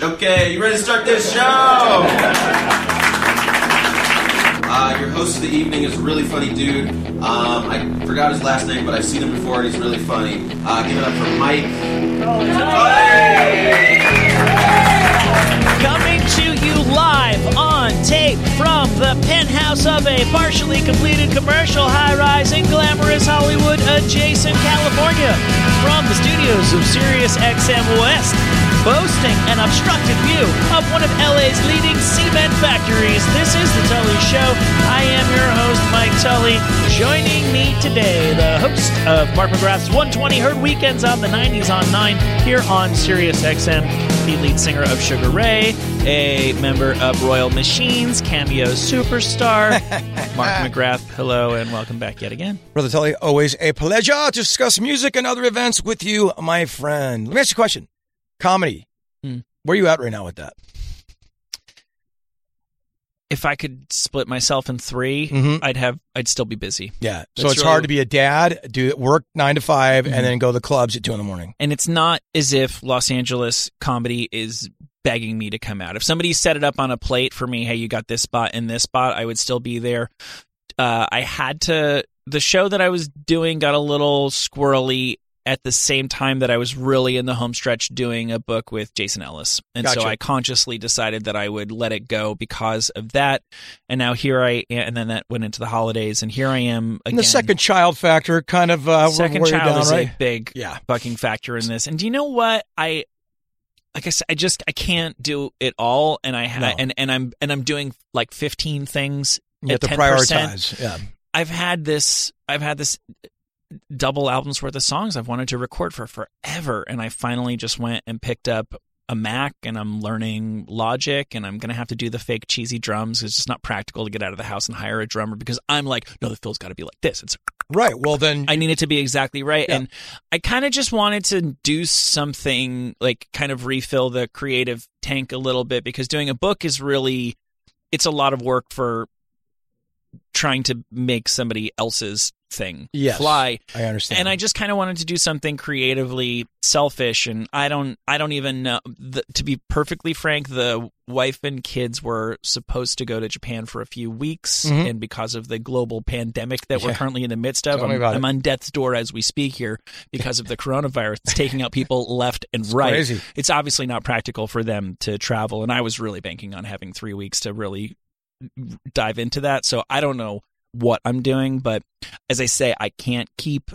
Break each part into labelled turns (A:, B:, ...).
A: Okay, you ready to start this show? Uh, your host of the evening is a really funny dude. Um, I forgot his last name, but I've seen him before and he's really funny. Uh, give it up for Mike.
B: Coming to you live on tape from the penthouse of a partially completed commercial high rise in glamorous Hollywood adjacent California. From the studios of Sirius XM West, boasting an obstructed view of one of LA's leading cement factories, this is The Tully Show. I am your host, Mike Tully. Joining me today, the host of Mark McGrath's 120 Heard Weekends on the 90s on 9 here on Sirius XM the lead singer of Sugar Ray, a member of Royal Machines, cameo superstar, Mark McGrath. Hello, and welcome back yet again.
C: Brother Tully, always a pleasure to discuss music and other events with you, my friend. Let me ask you a question. Comedy.
B: Hmm.
C: Where are you at right now with that?
B: If I could split myself in 3
C: Mhm.
B: i I'd have I'd still be busy.
C: Yeah. So
B: That's
C: it's hard
B: really-
C: to be a dad, do work nine to 5
B: Mhm.
C: and then go to the clubs at two in the morning.
B: And it's not as if Los Angeles comedy is begging me to come out. If somebody set it up on a plate for me, hey, you got this spot and this spot, I would still be there. Uh, I had to. The show that I was doing got a little squirrely at the same time that I was really in the home stretch doing a book with Jason Ellis. And so
C: Gotcha.
B: I consciously decided that I would let it go because of that. And now here I am. And then that went into the holidays. And here I am again.
C: And the second child factor kind of uh,
B: Second
C: wore you
B: child
C: down,
B: is
C: right?
B: a big
C: Yeah.
B: fucking factor in this. And do you know what I? Like I said, I just I can't do it all, and I ha-
C: No.
B: and and I'm and I'm doing like 15 things.
C: You have
B: at
C: to
B: 10%.
C: prioritize. Yeah.
B: I've had this. I've had this double albums worth of songs I've wanted to record for forever, and I finally just went and picked up a Mac, and I'm learning Logic, and I'm gonna have to do the fake cheesy drums. It's just not practical to get out of the house and hire a drummer because I'm like, no, the fill's got to be like this. It's
C: Right. Well, then
B: I need it to be exactly right.
C: Mm-hmm. Yeah.
B: And I kind of just wanted to do something like kind of refill the creative tank a little bit because doing a book is really it's a lot of work for trying to make somebody else's thing
C: Yes.
B: fly.
C: I understand.
B: And I just kind of wanted to do something creatively selfish, and I don't, I don't even know. The, to be perfectly frank, the wife and kids were supposed to go to Japan for a few weeks,
C: Mhm.
B: and because of the global pandemic that we're
C: Yeah.
B: currently in the midst of,
C: Tell me
B: I'm,
C: about it.
B: I'm on death's door as we speak here because of the coronavirus. It's taking out people left and right.
C: crazy.
B: It's obviously not practical for them to travel, and I was really banking on having three weeks to really dive into that. So I don't know what I'm doing, but as I say, I can't keep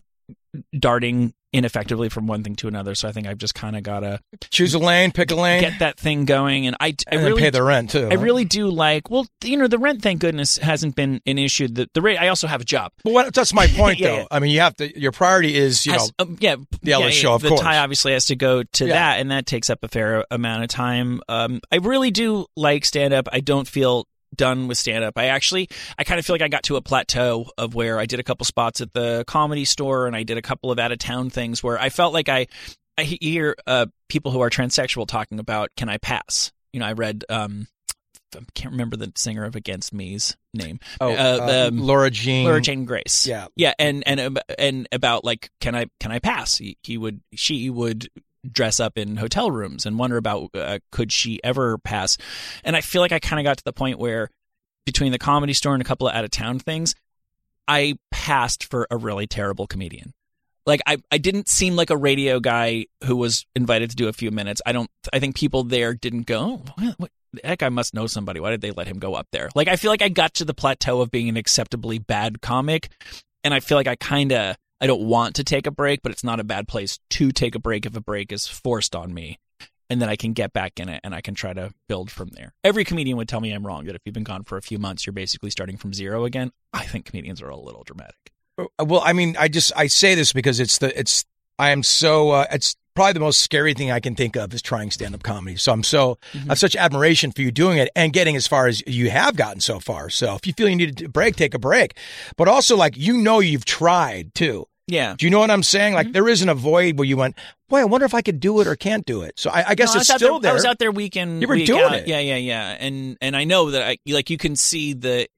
B: darting ineffectively from one thing to another. So I think I've just kind of got to
C: choose a lane, pick a lane,
B: get that thing going. And I, I
C: Eh. and
B: really,
C: then pay the rent too.
B: I really do like, well, you know, the rent, thank goodness, hasn't been an issue. The, the rate, I also have a job.
C: But what, that's my point,
B: Yeah,
C: though.
B: yeah.
C: I mean, you have to. Your priority is, you know,
B: Has- um, yeah,
C: the Ellen show, of
B: the
C: course.
B: tie obviously has to go to
C: Yeah.
B: that, and that takes up a fair amount of time. Um, I really do like stand up. I don't feel done with stand up. I actually, I kind of feel like I got to a plateau of where I did a couple spots at the comedy store, and I did a couple of out of town things where I felt like I, I hear uh, people who are transsexual talking about can I pass? You know, I read. Um, I can't remember the singer of Against Me's name.
C: oh,
B: uh, um,
C: Laura Jean.
B: Laura Jane Grace.
C: Yeah.
B: yeah, and and ab- and about like, can I can I pass? He, he would, she would dress up in hotel rooms and wonder about uh, could she ever pass? And I feel like I kind of got to the point where between the comedy store and a couple of out of town things, I passed for a really terrible comedian. Like I, I didn't seem like a radio guy who was invited to do a few minutes. I don't. I think people there didn't go. Oh, what, what, that guy must know somebody. Why did they let him go up there? Like I feel like I got to the plateau of being an acceptably bad comic, and I feel like I kind of I don't want to take a break, but it's not a bad place to take a break if a break is forced on me. And then I can get back in it and I can try to build from there. Every comedian would tell me I'm wrong that if you've been gone for a few months, you're basically starting from zero again. I think comedians are a little dramatic.
C: Uh, Well, I mean, I just I say this because it's the it's I am so uh, it's probably the most scary thing I can think of is trying stand up comedy. So I'm so
B: Mm-hmm.
C: I have such admiration for you doing it and getting as far as you have gotten so far. So if you feel you need a break, take a break. But also, like you know, you've tried too.
B: Yeah.
C: Do you know what I'm saying?
B: Mm-hmm.
C: Like there isn't a void where you went. Boy, I wonder if I could do it or can't do it. So I, I guess
B: No, I was
C: it's
B: out
C: still
B: there,
C: there.
B: I was out there weekend.
C: You were doing
B: out.
C: it.
B: Yeah, yeah, yeah. And and I know that I like you can see the it,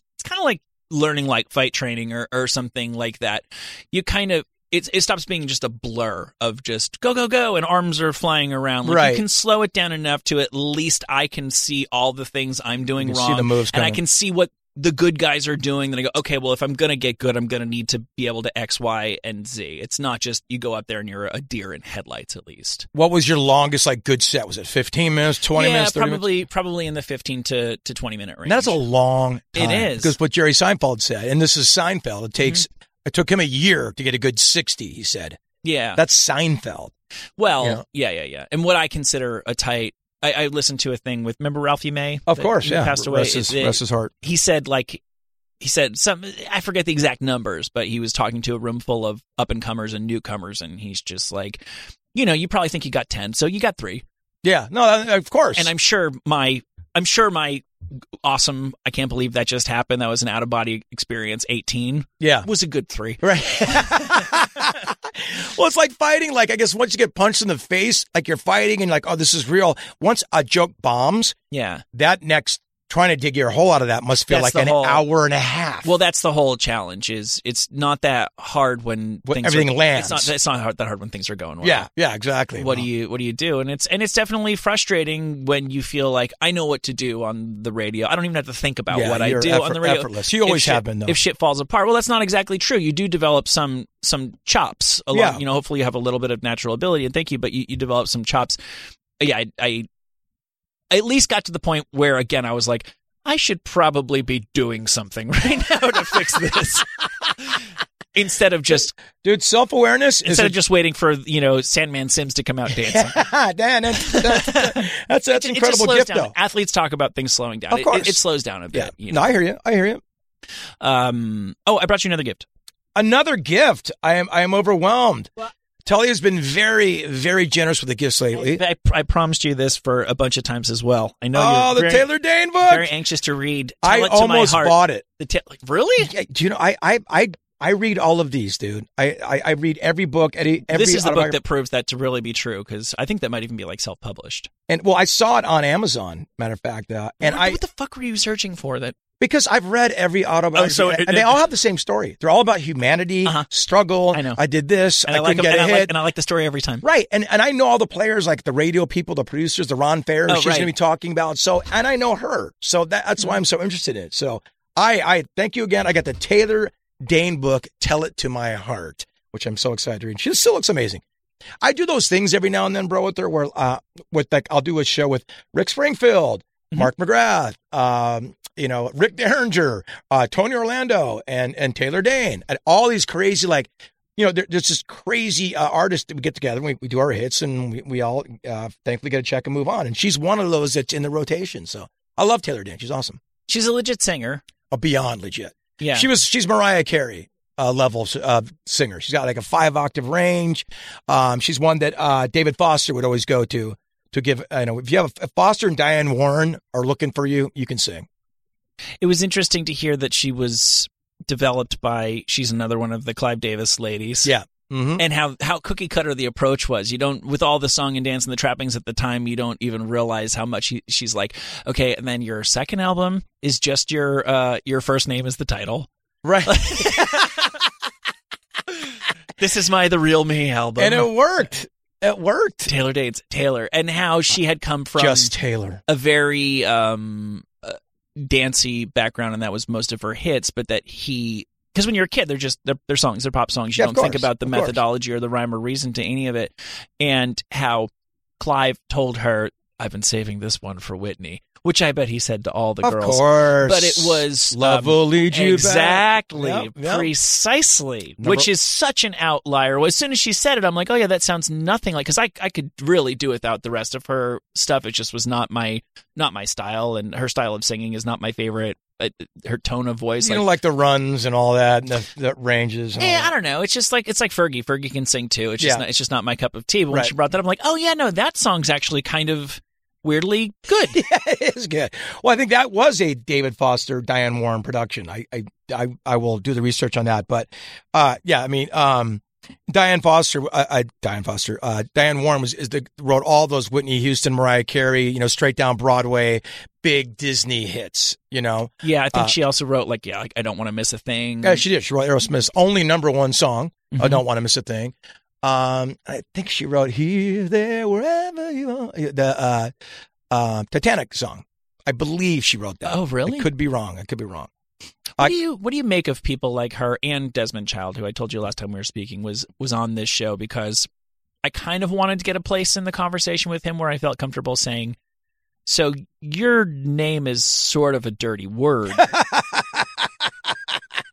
B: it's kind of like learning like fight training or or something like that. You kind of it, it stops being just a blur of just go go go and arms are flying around. Like
C: Right.
B: you can slow it down enough to at least I can see all the things I'm doing
C: You can
B: wrong,
C: see the moves
B: and I
C: coming.
B: can see what the good guys are doing. Then I go, okay, well if I'm gonna get good, I'm gonna need to be able to X, Y, and Z. It's not just you go out there and you're a deer in headlights. At least,
C: What was your longest like good set? Was it 15 minutes, 20
B: yeah,
C: minutes, 30 minutes?
B: probably probably in the fifteen to to twenty minute range.
C: And that's a long
B: It
C: time.
B: is.
C: Because what Jerry Seinfeld said, and this is Seinfeld, it takes, it took him a year to get a good 60, he said.
B: Mm-hmm. yeah.
C: That's Seinfeld.
B: Well, yeah. yeah, yeah, And what I consider a tight, I, I listened to a thing with remember Ralphie May,
C: Of
B: That
C: course,
B: he
C: yeah.
B: passed away.
C: Rest his,
B: It-
C: rest his heart.
B: he said like he said some I forget the exact numbers, but he was talking to a room full of up and comers and newcomers, and he's just like, you know, you probably think you got ten, so you got three,
C: Yeah, no, uh, of course.
B: and I'm sure my I'm sure my awesome I can't believe that just happened that was an out of body experience 18
C: yeah.
B: was a good three
C: Right. well, it's like fighting. Like, I guess once you get punched in the face, like you're fighting and like, oh, this is real. Once a joke bombs,
B: yeah
C: that next, trying to dig your hole out of that must feel
B: That's the
C: like an
B: hole.
C: hour and a half.
B: Well, that's the whole challenge. Is it's not that hard when
C: When
B: things
C: everything
B: are,
C: lands.
B: It's not, it's not hard, that hard when things are going well.
C: yeah, yeah, exactly.
B: What do you What do you do? And it's and it's definitely frustrating when you feel like I know what to do on the radio. I don't even have to think about
C: Yeah,
B: what I
C: you're
B: do on
C: effort-
B: the radio.
C: effortless. You always
B: if shit,
C: have been, though.
B: If shit falls apart, well, that's not exactly true. You do develop some some chops. Along,
C: Yeah.
B: You know, hopefully you have a little bit of natural ability, and thank you, but you, you develop some chops. Yeah, I, I I at least got to the point where again I was like, I should probably be doing something right now to fix this. Instead of just
C: Dude, self awareness is.
B: instead
C: a-
B: of just waiting for you know Sandman Sims to come out dancing,
C: Dan, that's, that's, that's, that's
B: It- it just
C: incredible
B: slows
C: gift,
B: down.
C: though.
B: Athletes talk about things slowing down.
C: Of
B: It-
C: course.
B: It, it, slows down a bit.
C: Yeah.
B: you
C: No,
B: know.
C: I hear you. I hear you.
B: Um. Oh, I brought you another gift.
C: Another gift. I am. I am overwhelmed. Tully has been very, very generous with the gifts lately.
B: I, I promised you this for a bunch of times as well. I know
C: oh,
B: you're
C: the
B: very,
C: Taylor Dane book.
B: very anxious to read. Tell
C: I
B: it to
C: almost
B: my heart.
C: bought it.
B: the ta- like, really.
C: Yeah, do you know? I, I, I, I read all of these, dude. I, I, I read every book. Every, every
B: This is the book
C: autobiography.
B: that proves that to really be true because I think that might even be like self-published.
C: and well, I saw it on Amazon. Matter of fact, uh, and
B: what,
C: I
B: what the fuck were you searching for? That
C: because I've read every autobiography,
B: Oh, so
C: and,
B: it-
C: and they all have the same story. They're all about humanity,
B: Uh-huh.
C: struggle.
B: I know.
C: I did this.
B: and
C: I,
B: I, like
C: couldn't
B: 'em,
C: get
B: and
C: ahead.
B: I like and I like the story every time.
C: Right. And and I know all the players, like the radio people, the producers, the Ron Fair,
B: Oh,
C: she's
B: right. Mm-hmm.
C: gonna be talking about. So and I know her. So that, that's why I'm so interested in it. So I I thank you again. I got the Taylor Dane book, Tell It to My Heart, which I'm so excited to read. She still looks amazing. I do those things every now and then, bro, with her where uh with like I'll do a show with Rick Springfield,
B: Mhm.
C: Mark McGrath, um, you know, Rick Derringer, uh, Tony Orlando and and Taylor Dane and all these crazy like you know, there, there's this crazy uh, artist that we get together, and we, we do our hits, and we, we all uh, thankfully get a check and move on. And she's one of those that's in the rotation. So I love Taylor Dan. She's awesome.
B: She's a legit singer.
C: Uh, beyond legit.
B: Yeah.
C: She was she's Mariah Carey uh, level uh, singer. She's got like a five octave range. Um, she's one that uh, David Foster would always go to to give. You know, if you have if Foster and Diane Warren are looking for you, you can sing.
B: It was interesting to hear that she was developed by she's another one of the Clive Davis ladies.
C: Yeah. Mm-hmm.
B: And how, how cookie cutter the approach was. You don't, with all the song and dance and the trappings at the time, you don't even realize how much he, she's like, okay, and then your second album is just your, uh, your first name is the title.
C: Right.
B: This is my The Real Me album.
C: and it worked. It worked.
B: Taylor Dates, Taylor. And how she had come from
C: Just Taylor.
B: a very um uh, dancey background and that was most of her hits but that he because when you're a kid they're just they're, they're songs they're pop songs you
C: Yeah,
B: don't
C: of
B: think
C: course,
B: about the
C: of course.
B: methodology or the rhyme or reason to any of it and how clive told her i've been saving this one for whitney which i bet he said to all the
C: of
B: girls
C: course.
B: but it was,
C: love
B: um,
C: will lead you back.
B: exactly
C: Yep, yep.
B: precisely
C: Number-
B: which is such an outlier well, as soon as she said it i'm like oh yeah that sounds nothing like because I, I could really do without the rest of her stuff it just was not my not my style and her style of singing is not my favorite Uh, her tone of voice
C: you
B: like,
C: know, like the runs and all that, and the, the ranges. And all
B: eh,
C: that.
B: I don't know. It's just like it's like Fergie. Fergie can sing too. It's just
C: Yeah.
B: not, it's just not my cup of tea. But when
C: Right.
B: she brought that, up, I'm like, oh yeah, no, that song's actually kind of weirdly good.
C: it is good. Well, I think that was a David Foster, Diane Warren production. I, I, I, I will do the research on that. But, uh, yeah, I mean, um, Diane Foster, uh, uh, Diane Foster, uh, Diane Warren was is the wrote all those Whitney Houston, Mariah Carey, you know, straight down Broadway, big Disney hits. You know,
B: Yeah, I think she also wrote like, yeah, like, I don't want to miss a thing.
C: Uh, yeah, she oh, did. She wrote Aerosmith's only number one song. I
B: Mhm.
C: don't want to miss a thing. Um, I think she wrote here, there, wherever you are, the uh, uh, Titanic song. I believe she wrote that.
B: Oh, really?
C: I could be wrong. I could be wrong.
B: What
C: I-
B: do you what do you make of people like her and Desmond Child, who I told you last time we were speaking was was on this show because I kind of wanted to get a place in the conversation with him where I felt comfortable saying, "So your name is sort of a dirty word."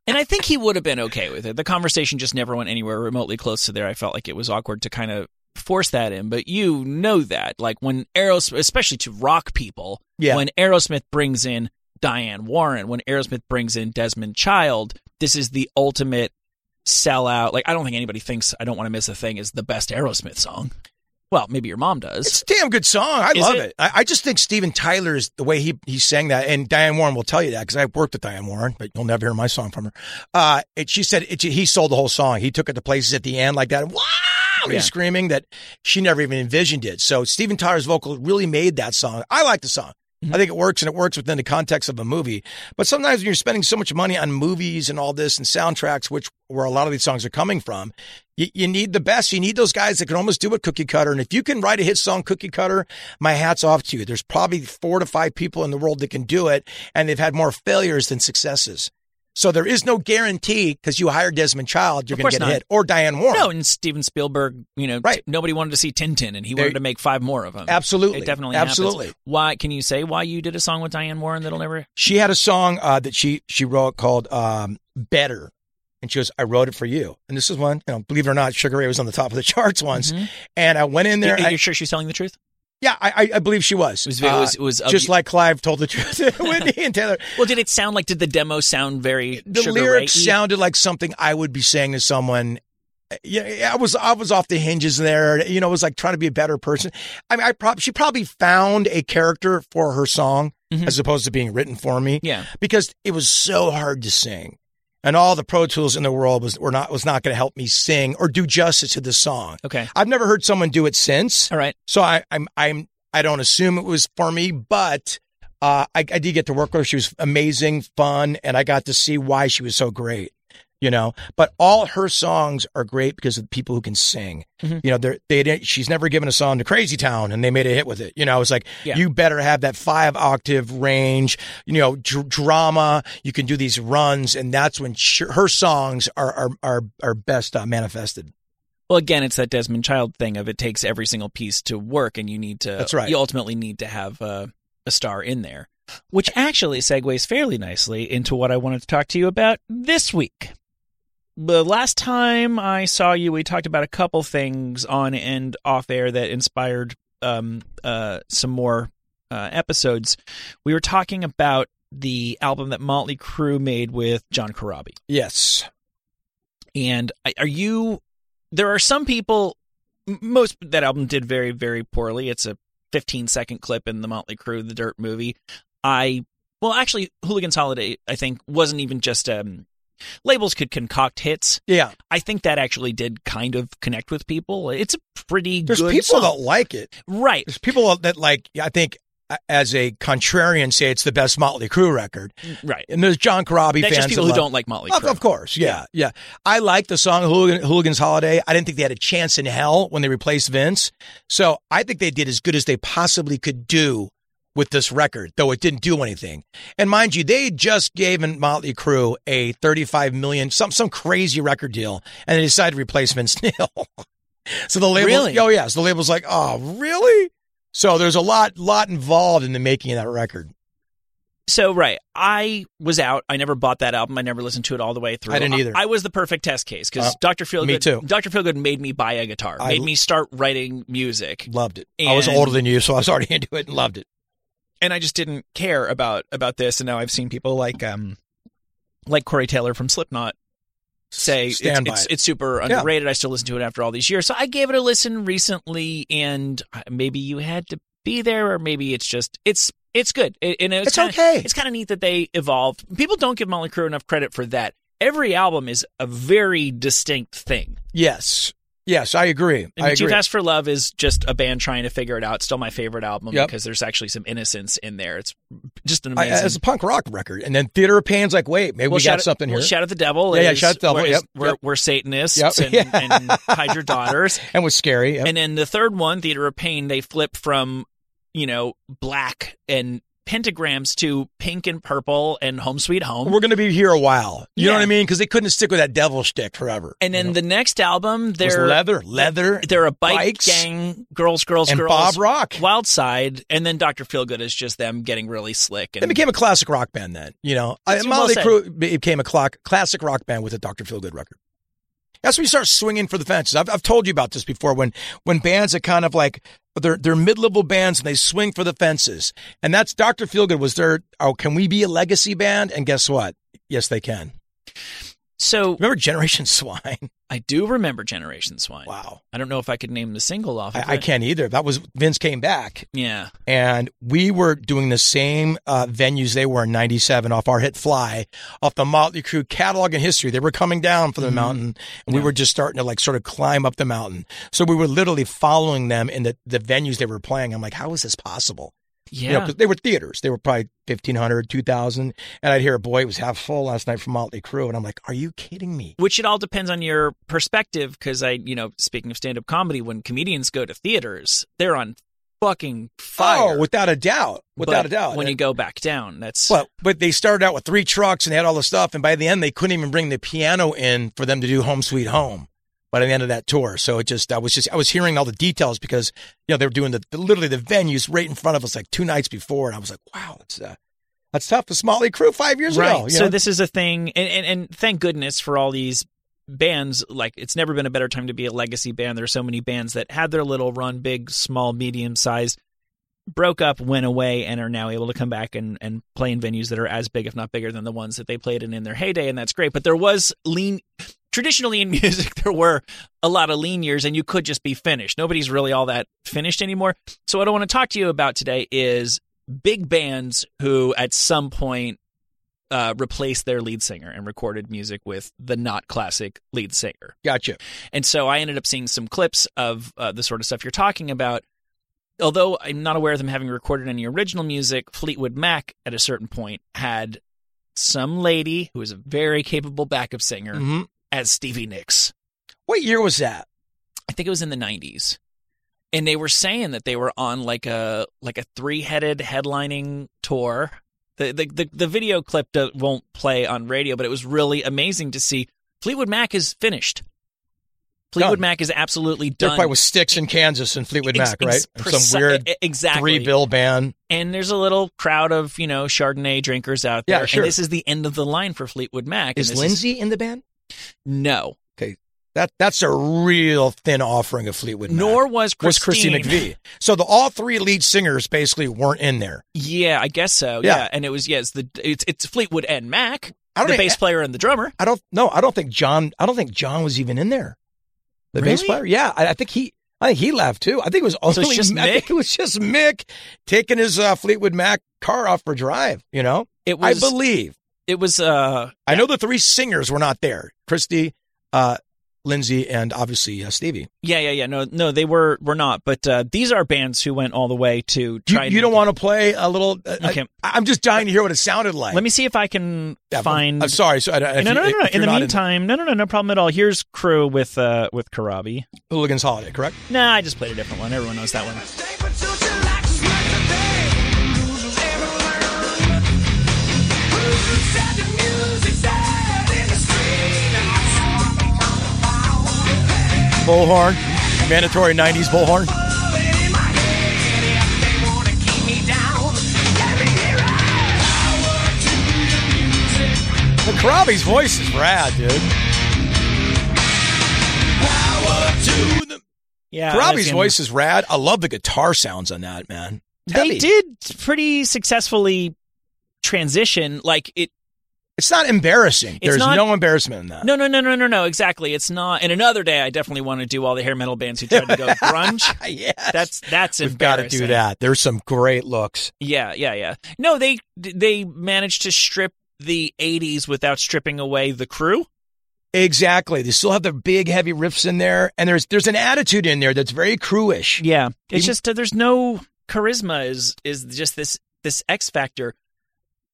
B: And I think he would have been okay with it. The conversation just never went anywhere remotely close to there. I felt like it was awkward to kind of force that in, but you know that. Like when Aerosmith, especially to rock people,
C: Yeah.
B: when Aerosmith brings in Diane Warren, when Aerosmith brings in Desmond Child, this is the ultimate sellout. Like, I don't think anybody thinks I Don't Want to Miss a Thing is the best Aerosmith song. Well, maybe your mom does.
C: It's a damn good song. I
B: Is
C: love
B: it?
C: it. I, I just think Steven Tyler's the way he he sang that, and Diane Warren will tell you that because I worked with Diane Warren, but you'll never hear my song from her. Uh, it, she said it, he sold the whole song. He took it to places at the end like that. Wow!
B: Yeah.
C: He's screaming that she never even envisioned it. So Steven Tyler's vocal really made that song. I like the song. I think it works and it works within the context of a movie. But sometimes when you're spending so much money on movies and all this and soundtracks, which where a lot of these songs are coming from, you, you need the best. You need those guys that can almost do it cookie cutter. And if you can write a hit song cookie cutter, my hat's off to you. There's probably four to five people in the world that can do it, and they've had more failures than successes. So there is no guarantee because you hire Desmond Child, you're
B: Of
C: going
B: course
C: to get a
B: not.
C: hit or Diane Warren.
B: No, and Steven Spielberg, you know,
C: Right.
B: t- nobody wanted to see Tintin, and he
C: There-
B: wanted to make five more of them.
C: Absolutely.
B: It definitely happens.
C: Absolutely.
B: Why can you say why you did a song with Diane Warren that'll never?
C: She had a song uh, that she she wrote called um, "Better," and she goes, "I wrote it for you." And this is one, you know, believe it or not, Sugar Ray was on the top of the charts once,
B: Mhm.
C: and I went in there.
B: You- You're
C: I-
B: sure she's telling the truth?
C: yeah, I, I- I believe she was.
B: It was, it
C: Uh,
B: was, it was of
C: just
B: you-
C: like Clive told the truth, Whitney and Taylor.
B: well, did it sound like? Did the demo sound very?
C: The
B: Sugar
C: lyrics
B: Ray-y?
C: sounded like something I would be saying to someone. Yeah, yeah, I was I was off the hinges there. You know, it was like trying to be a better person. I mean, I prob- she probably found a character for her song
B: Mhm.
C: as opposed to being written for me.
B: Yeah,
C: because it was so hard to sing. And all the pro tools in the world was were not was not going to help me sing or do justice to the song.
B: Okay.
C: I've never heard someone do it since.
B: All right.
C: So I, I'm I'm I don't assume it was for me, but uh, I, I did get to work with her. She was amazing, fun, and I got to see why she was so great. You know, but all her songs are great because of the people who can sing.
B: Mhm.
C: You know, they're, they didn't, she's never given a song to Crazy Town and they made a hit with it. You know, it's like,
B: Yeah.
C: you better have that five octave range, you know, dr- drama. You can do these runs. And that's when sh her songs are, are, are, are best uh, manifested.
B: Well, again, it's that Desmond Child thing of it takes every single piece to work, and you need to.
C: That's right.
B: You ultimately need to have uh, a star in there, which actually segues fairly nicely into what I wanted to talk to you about this week. The last time I saw you, we talked about a couple things on and off air that inspired um, uh, some more uh, episodes. We were talking about the album that Motley Crue made with John Corabi.
C: Yes.
B: And I- are you? There are some people. m- Most that album did very, very poorly. It's a 15 second clip in the Motley Crue, the Dirt movie. I well, actually, Hooligans Holiday, I think, wasn't even just um, labels could concoct hits.
C: Yeah.
B: I think that actually did kind of connect with people. It's a pretty
C: There's
B: good song.
C: people that like it.
B: right.
C: There's people that like I think uh, as a contrarian say it's the best Motley Crue record,
B: Right.
C: and there's John Corabi
B: That's
C: fans
B: just people who
C: that love-
B: don't like Motley
C: Of,
B: Crue.
C: of course, yeah, yeah. I like the song Hooligan, "Hooligan's Holiday." I didn't think they had a chance in hell when they replaced Vince, so I think they did as good as they possibly could do with this record, though it didn't do anything. And mind you, they just gave Motley Crue a thirty-five million, some some crazy record deal, and they decided to replace Vince Neil. so the label,
B: Really?
C: oh yeah, so the label's like, oh really? So there's a lot lot involved in the making of that record.
B: So right, I was out. I never bought that album. I never listened to it all the way through.
C: I didn't either.
B: I, I was the perfect test case because
C: Uh,
B: Doctor Feelgood.
C: me too.
B: Doctor Feelgood made me buy a guitar.
C: I-
B: made me start writing music,
C: Loved it. I was
B: And-
C: older than you, so I was already into it and loved it.
B: and I just didn't care about about this. And now I've seen people like um, like Corey Taylor from Slipknot say it's,
C: Stand by
B: it's,
C: it.
B: it's super underrated. I still listen to it after all these years. So I gave it a listen recently, and uh, maybe you had to be there, or maybe it's just it's it's good. It, and it's,
C: It's
B: kinda-
C: okay.
B: It's kind of neat that they evolved. People don't give Motley Crue enough credit for that. every album is a very distinct thing.
C: Yes. Yes, I agree.
B: I mean,
C: I
B: Two
C: agree.
B: Fast for Love is just a band trying to figure it out. It's still my favorite album
C: Yep.
B: because there's actually some innocence in there. It's just an
C: I,
B: amazing.
C: as a punk rock record, and then Theater of Pan's like, wait, maybe
B: Well,
C: we got
B: Shout-
C: something here,
B: well, Shout at the Devil.
C: Yeah, yeah,
B: is-
C: Shout at the Devil,
B: where is-
C: yep,
B: We're,
C: yep.
B: we're Satanists
C: Yep,
B: and,
C: yeah.
B: and Hide Your Daughters.
C: and was scary. Yep.
B: And then the third one, Theater of Pain, they flip from, you know, black and pentagrams to pink and purple and Home Sweet Home.
C: we're going to be here a while. You know
B: Yeah.
C: what I mean? Because they couldn't stick with that devil shtick forever.
B: And then
C: you
B: the
C: know?
B: next album,
C: It was
B: they're
C: leather, leather,
B: they're a bike
C: bikes
B: gang, girls, girls,
C: and
B: girls,
C: Bob Rock.
B: Wild Side, and then Doctor Feelgood is just them getting really slick.
C: They
B: And
C: became a classic rock band then. You know, I,
B: That's well
C: Motley
B: said.
C: Crue became a clock, classic rock band with a Dr. Feelgood record. That's when you start swinging for the fences. I've, I've told you about this before. When when bands are kind of like they're they're mid level bands and they swing for the fences, and that's Dr. Feelgood was their. Oh, can we be a legacy band? And guess what? Yes, they can.
B: so
C: Remember Generation Swine?
B: I do remember Generation Swine.
C: Wow,
B: I don't know if I could name the single off. Of
C: I, I
B: it.
C: can't either. That was Vince came back,
B: Yeah,
C: and we were doing the same uh, venues they were in '97 off our hit "Fly," off the Motley Crue catalog and history. They were coming down from the
B: Mhm.
C: mountain, and we
B: Yeah.
C: were just starting to like sort of climb up the mountain. So we were literally following them in the, the venues they were playing. I'm like, how is this possible?
B: yeah.
C: You know, 'cause they were theaters. They were probably 1,500, 2,000, and I'd hear, "Boy, it was half full last night from Motley Crue," and I'm like, are you kidding me?
B: which it all depends on your perspective because i you know speaking of stand-up comedy when comedians go to theaters they're on fucking fire
C: Oh, without a doubt, without
B: But
C: a doubt.
B: when
C: And-
B: you go back down that's
C: But but they started out with three trucks and they had all the stuff, and by the end they couldn't even bring the piano in for them to do Home Sweet Home. By the end of that tour, so it just I was just I was hearing all the details because you know they were doing the, the- literally the venues right in front of us like two nights before, and I was like, wow, that's uh, that's tough. The Motley Crew five years
B: right
C: ago. you
B: so
C: know?
B: this is a thing and, and and thank goodness for all these bands like it's never been a better time to be a legacy band there's so many bands that had their little run big small medium sized broke up went away and are now able to come back and, and play in venues that are as big if not bigger than the ones that they played in in their heyday and that's great but there was lean traditionally in music there were a lot of lean years and you could just be finished nobody's really all that finished anymore so what i want to talk to you about today is big bands who at some point uh, replaced their lead singer and recorded music with the not classic lead singer.
C: gotcha.
B: And so I ended up seeing some clips of uh, the sort of stuff you're talking about. Although I'm not aware of them having recorded any original music, Fleetwood Mac at a certain point had some lady who was a very capable backup singer
C: hmm
B: as Stevie Nicks.
C: What year was that?
B: I think it was in the 90s. And they were saying that they were on like a like a three-headed headlining tour. The the the, the video clip do, won't play on radio, but it was really amazing to see Fleetwood Mac is finished. Fleetwood
C: Done.
B: Mac is absolutely
C: They're
B: done.
C: probably with Sticks in Kansas and Fleetwood
B: Ex-
C: Mac,
B: ex-
C: right?
B: preci-
C: Some weird
B: e- exactly.
C: three bill band.
B: And there's a little crowd of, you know, Chardonnay drinkers out
C: Yeah,
B: there.
C: sure.
B: And this is the end of the line for Fleetwood Mac.
C: Is
B: and this
C: Lindsay in the band?
B: no.
C: That that's a real thin offering of Fleetwood Mac.
B: Nor was
C: was
B: Christine.
C: Christine McVie. So the all three lead singers basically weren't in there.
B: Yeah, I guess so. Yeah.
C: Yeah.
B: And it was yeah, it's the it's it's Fleetwood and Mac,
C: I don't e-,
B: the
C: think-
B: bass player and the drummer.
C: I don't no, I don't think John I don't think John was even in there. The bass
B: Really?
C: player? Yeah. I, I think he I think he left too. I think it was only
B: it's just
C: I think
B: Mick?
C: it was just Mick taking his uh, Fleetwood Mac car off for a drive, you know?
B: It was
C: I believe.
B: it was uh
C: I know the three singers were not there. Christy, uh Lindsay and obviously uh, Stevie.
B: yeah, yeah, yeah. No, no, they were were not. But uh these are bands who went all the way to
C: You,
B: try
C: you don't want to play a little uh,
B: Okay.
C: I, I'm just dying to hear what it sounded like.
B: Let me see if I can
C: Yeah, I'm-
B: find
C: I'm sorry. So I,
B: No,
C: if
B: no, no,
C: you-
B: no, no.
C: if
B: In
C: you're
B: the
C: not
B: meantime, no, no, no, no problem at all. Here's Crew with uh with Karabi.
C: Hooligan's Holiday, correct?
B: Nah, I just played a different one. Everyone knows that one.
C: Bullhorn, mandatory 90s bullhorn.
D: Oh,
C: The Karabi's voice is rad, dude.
B: Yeah, I
C: Karabi's
B: assume-
C: voice is rad. I love the guitar sounds on that, man.
B: They
C: Heavy.
B: did pretty successfully transition. Like it
C: It's not embarrassing. There's
B: not-
C: no embarrassment in that.
B: No, no, no, no, no, no. Exactly. It's not. And another day, I definitely want to do all the hair metal bands who tried to go grunge.
C: yes.
B: That's that's
C: We've got to
B: embarrassing.
C: do that. There's some great looks.
B: Yeah, yeah, yeah. No, they they managed to strip the 80s without stripping away the crew.
C: Exactly. They still have the big heavy riffs in there, and there's there's an attitude in there that's very crewish.
B: Yeah. It's just uh, there's no charisma is is just this this X factor.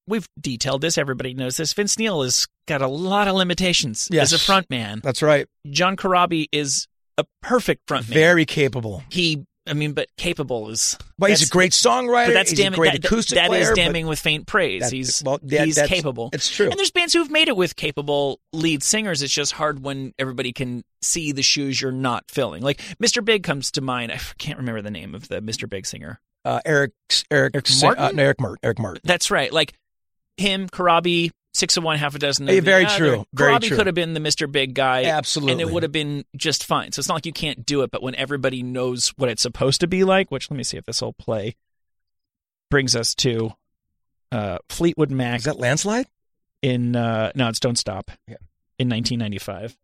B: We've detailed this, everybody knows this. Vince Neil has got a lot of limitations
C: Yes.
B: as a front man.
C: That's right.
B: John Corabi is a perfect front man.
C: Very capable.
B: he I mean, but capable is
C: But he's
B: That's-
C: a great songwriter.
B: but that's
C: he's
B: damning.
C: a great
B: that- that-
C: acoustic
B: that is
C: player, but
B: damning with faint praise.
C: that-
B: he's
C: well, yeah,
B: he's
C: that's-
B: capable.
C: It's true.
B: And there's bands who've made it with capable lead singers. It's just hard when everybody can see the shoes you're not filling. Like Mr. Big comes to mind. I can't remember the name of the Mr. Big singer.
C: Uh, Eric Eric
B: Eric
C: Sa-
B: Martin?
C: uh, no, Eric Martin. Eric Martin.
B: That's right. Like him, Karabi, six of one, half a dozen. Of
C: Hey,
B: the
C: very
B: other.
C: true, very
B: Karabi
C: true.
B: could have been the Mr. Big guy.
C: Absolutely.
B: And it would have been just fine. So it's not like you can't do it, but when everybody knows what it's supposed to be like, which let me see if this whole play brings us to uh, Fleetwood Mac
C: Is that landslide?
B: in uh, no, it's Don't Stop
C: Yeah.
B: in 1995.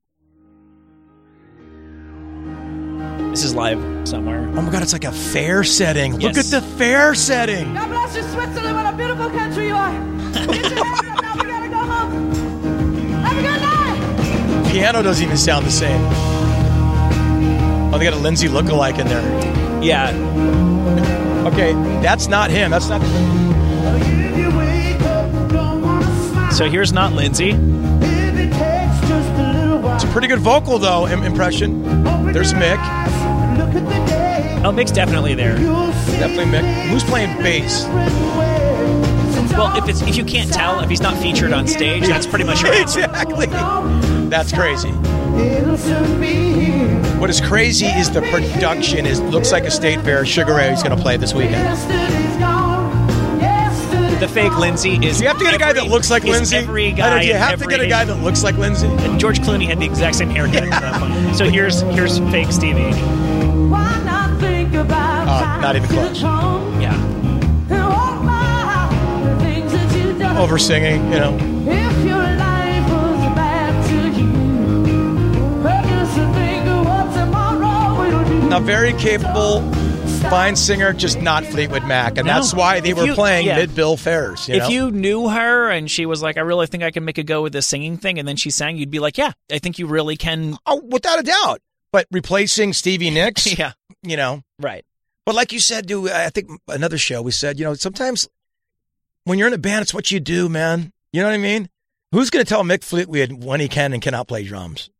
B: This is live somewhere.
C: Oh my god, it's like a fair setting. Look at
B: Yes.
C: the fair setting.
E: God bless you, Switzerland. What a beautiful country you are. Get your hands up now. We gotta go home. Have a good night.
C: Piano doesn't even sound the same. Oh, they got a Lindsay lookalike in there.
B: Yeah,
C: Okay, that's not him. That's not.
B: so here's not Lindsay.
C: It's a pretty good vocal though. Im- impression. There's Mick.
B: Oh, Mick's definitely there.
C: Definitely Mick. Who's playing bass?
B: Well, if it's if you can't tell if he's not featured on stage, that's pretty much your answer.
C: exactly. That's crazy. What is crazy is the production. Is looks like a state fair. Sugar Ray is going to play this weekend.
B: The fake Lindsay is.
C: Do you have to get a guy that
B: every-
C: looks like
B: is
C: Lindsay?
B: Every
C: Leonard,
B: guy.
C: Do you
B: in
C: have
B: every,
C: to get a guy that looks like Lindsay?
B: George Clooney had the exact same haircut. at that point. So here's here's fake Stevie.
E: Why not think about
C: Uh,
E: how
C: not even
E: you
C: close.
E: come
B: Yeah.
E: and all the things that you've done.
C: Over singing, you know.
E: If your life was bad to you, I guess I think of what tomorrow will be.
C: A very capable, fine singer, just not Fleetwood Mac, and
B: No.
C: that's why they
B: If
C: were
B: you-
C: playing
B: yeah.
C: mid-bill fairs. You
B: If
C: know?
B: you knew her and she was like, I really think I can make a go with this singing thing, and then she sang, you'd be like, Yeah, I think you really can.
C: oh, without a doubt. But replacing Stevie Nicks,
B: Yeah.
C: you know.
B: Right.
C: But like you said, dude, I think another show we said, you know, sometimes when you're in a band, it's what you do, man. You know what I mean? Who's going to tell Mick Fleetwood when he can and cannot play drums?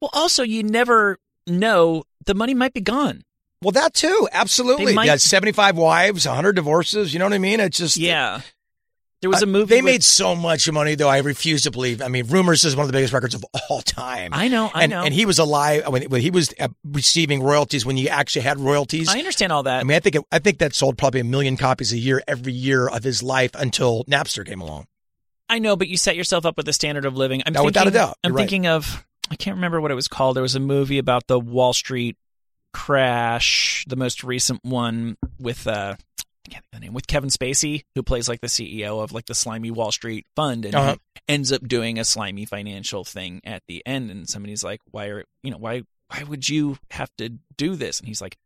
B: Well, also you never know. The money might be gone.
C: Well, that too, absolutely.
B: They might-
C: yeah, seventy-five wives, hundred divorces. You know what I mean? It's just
B: Yeah. There was a movie.
C: Uh, They
B: with-
C: made so much money, though. I refuse to believe. I mean, Rumors is one of the biggest records of all time.
B: I know. I
C: and,
B: know.
C: And he was alive when, when he was uh, receiving royalties when you actually had royalties.
B: I understand all that.
C: I mean, I think it, I think that sold probably a million copies a year every year of his life until Napster came along.
B: I know, but you set yourself up with a standard of living. I'm
C: No,
B: thinking,
C: without a doubt.
B: I'm
C: You're right.
B: thinking of I can't remember what it was called. There was a movie about the Wall Street crash, the most recent one with uh I can't think of the name with Kevin Spacey, who plays like the CEO of like the slimy Wall Street fund and
C: Uh-huh.
B: ends up doing a slimy financial thing at the end and somebody's like, Why are you know, why why would you have to do this? And he's like,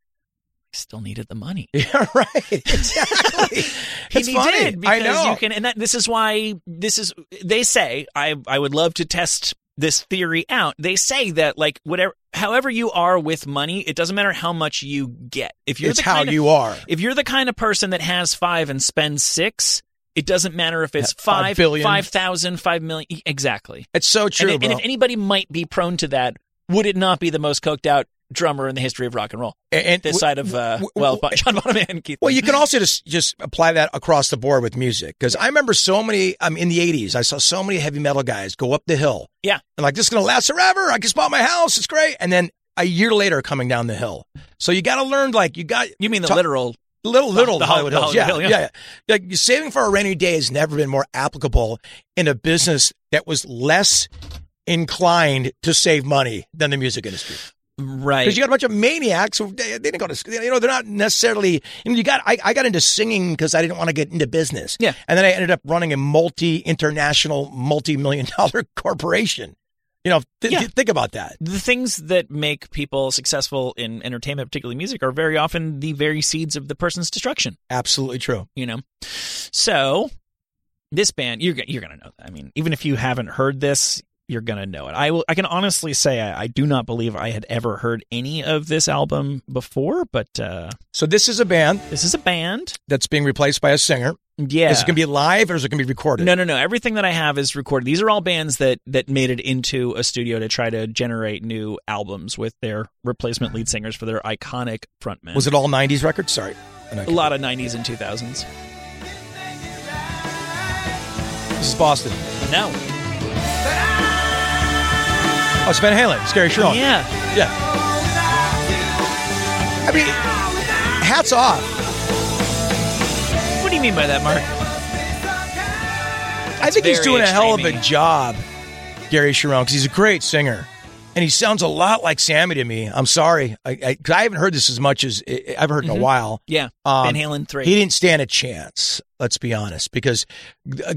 B: I still needed the money.
C: Yeah, right. Exactly.
B: He
C: it's funny.
B: did because
C: I know.
B: you can, and that, this is why this is. They say I I would love to test this theory out. They say that like whatever, however you are with money, it doesn't matter how much you get. If you're
C: it's
B: the
C: how
B: kind of,
C: you are.
B: if you're the kind of person that has five and spends six, it doesn't matter if it's
C: Yeah, five
B: five,
C: billion.
B: five thousand, five million. e, Exactly.
C: It's so true,
B: and, if-
C: bro.
B: and if anybody might be prone to that, would it not be the most coked out drummer in the history of rock and roll?
C: And- and
B: This
C: w-
B: side of uh,
C: w-
B: well,
C: w-
B: John Bonham and Keith.
C: Well, you can also just just apply that across the board with music because I remember so many. I'm in the '80s. I saw so many heavy metal guys go up the hill.
B: Yeah.
C: and like this is gonna last forever. I just bought my house. It's great. And then a year later, coming down the hill. So you got to learn. Like you got
B: you mean the
C: Ta-
B: literal
C: little little
B: the
C: Hollywood,
B: Hol-
C: Hills.
B: the
C: Yeah,
B: Hollywood Hill,
C: yeah, yeah. Like saving for a rainy day has never been more applicable in a business that was less inclined to save money than the music industry.
B: right?
C: Because you got a bunch of maniacs who they, they didn't go to school. You know, they're not necessarily. You, know, you got. I, I got into singing because I didn't want to get into business.
B: Yeah.
C: And then I ended up running a multi-international, multi-million-dollar corporation. You know, th-
B: Yeah.
C: th- think about that.
B: the things that make people successful in entertainment, particularly music, are very often the very seeds of the person's destruction,
C: Absolutely true.
B: you know? So this band you're g- you're gonna know. That. I mean, even if you haven't heard this, you're gonna know it. I will. I can honestly say I, I do not believe I had ever heard any of this album before, but uh,
C: So this is a band
B: this is a band.
C: that's being replaced by a singer.
B: Yeah,
C: Is it going to be live or is it going to be recorded?
B: No, no, no. Everything that I have is recorded. These are all bands that that made it into a studio to try to generate new albums with their replacement lead singers for their iconic frontmen.
C: Was it all 90s records? Sorry. And I-
B: a lot of '90s and 2000s?
C: This is Boston.
B: No.
C: Oh, it's Van Halen. Scary Sharon.
B: Yeah.
C: Yeah. I mean, hats off.
B: What do you mean by that, Mark?
C: I think he's
B: very
C: doing a hell of a
B: extreme-y.
C: job, Gary Sharon, because he's a great singer. And he sounds a lot like Sammy to me. I'm sorry. I, I, 'cause I haven't heard this as much as I- I've heard in a while.
B: Yeah.
C: Um,
B: Van Halen three.
C: He didn't stand a chance, let's be honest, because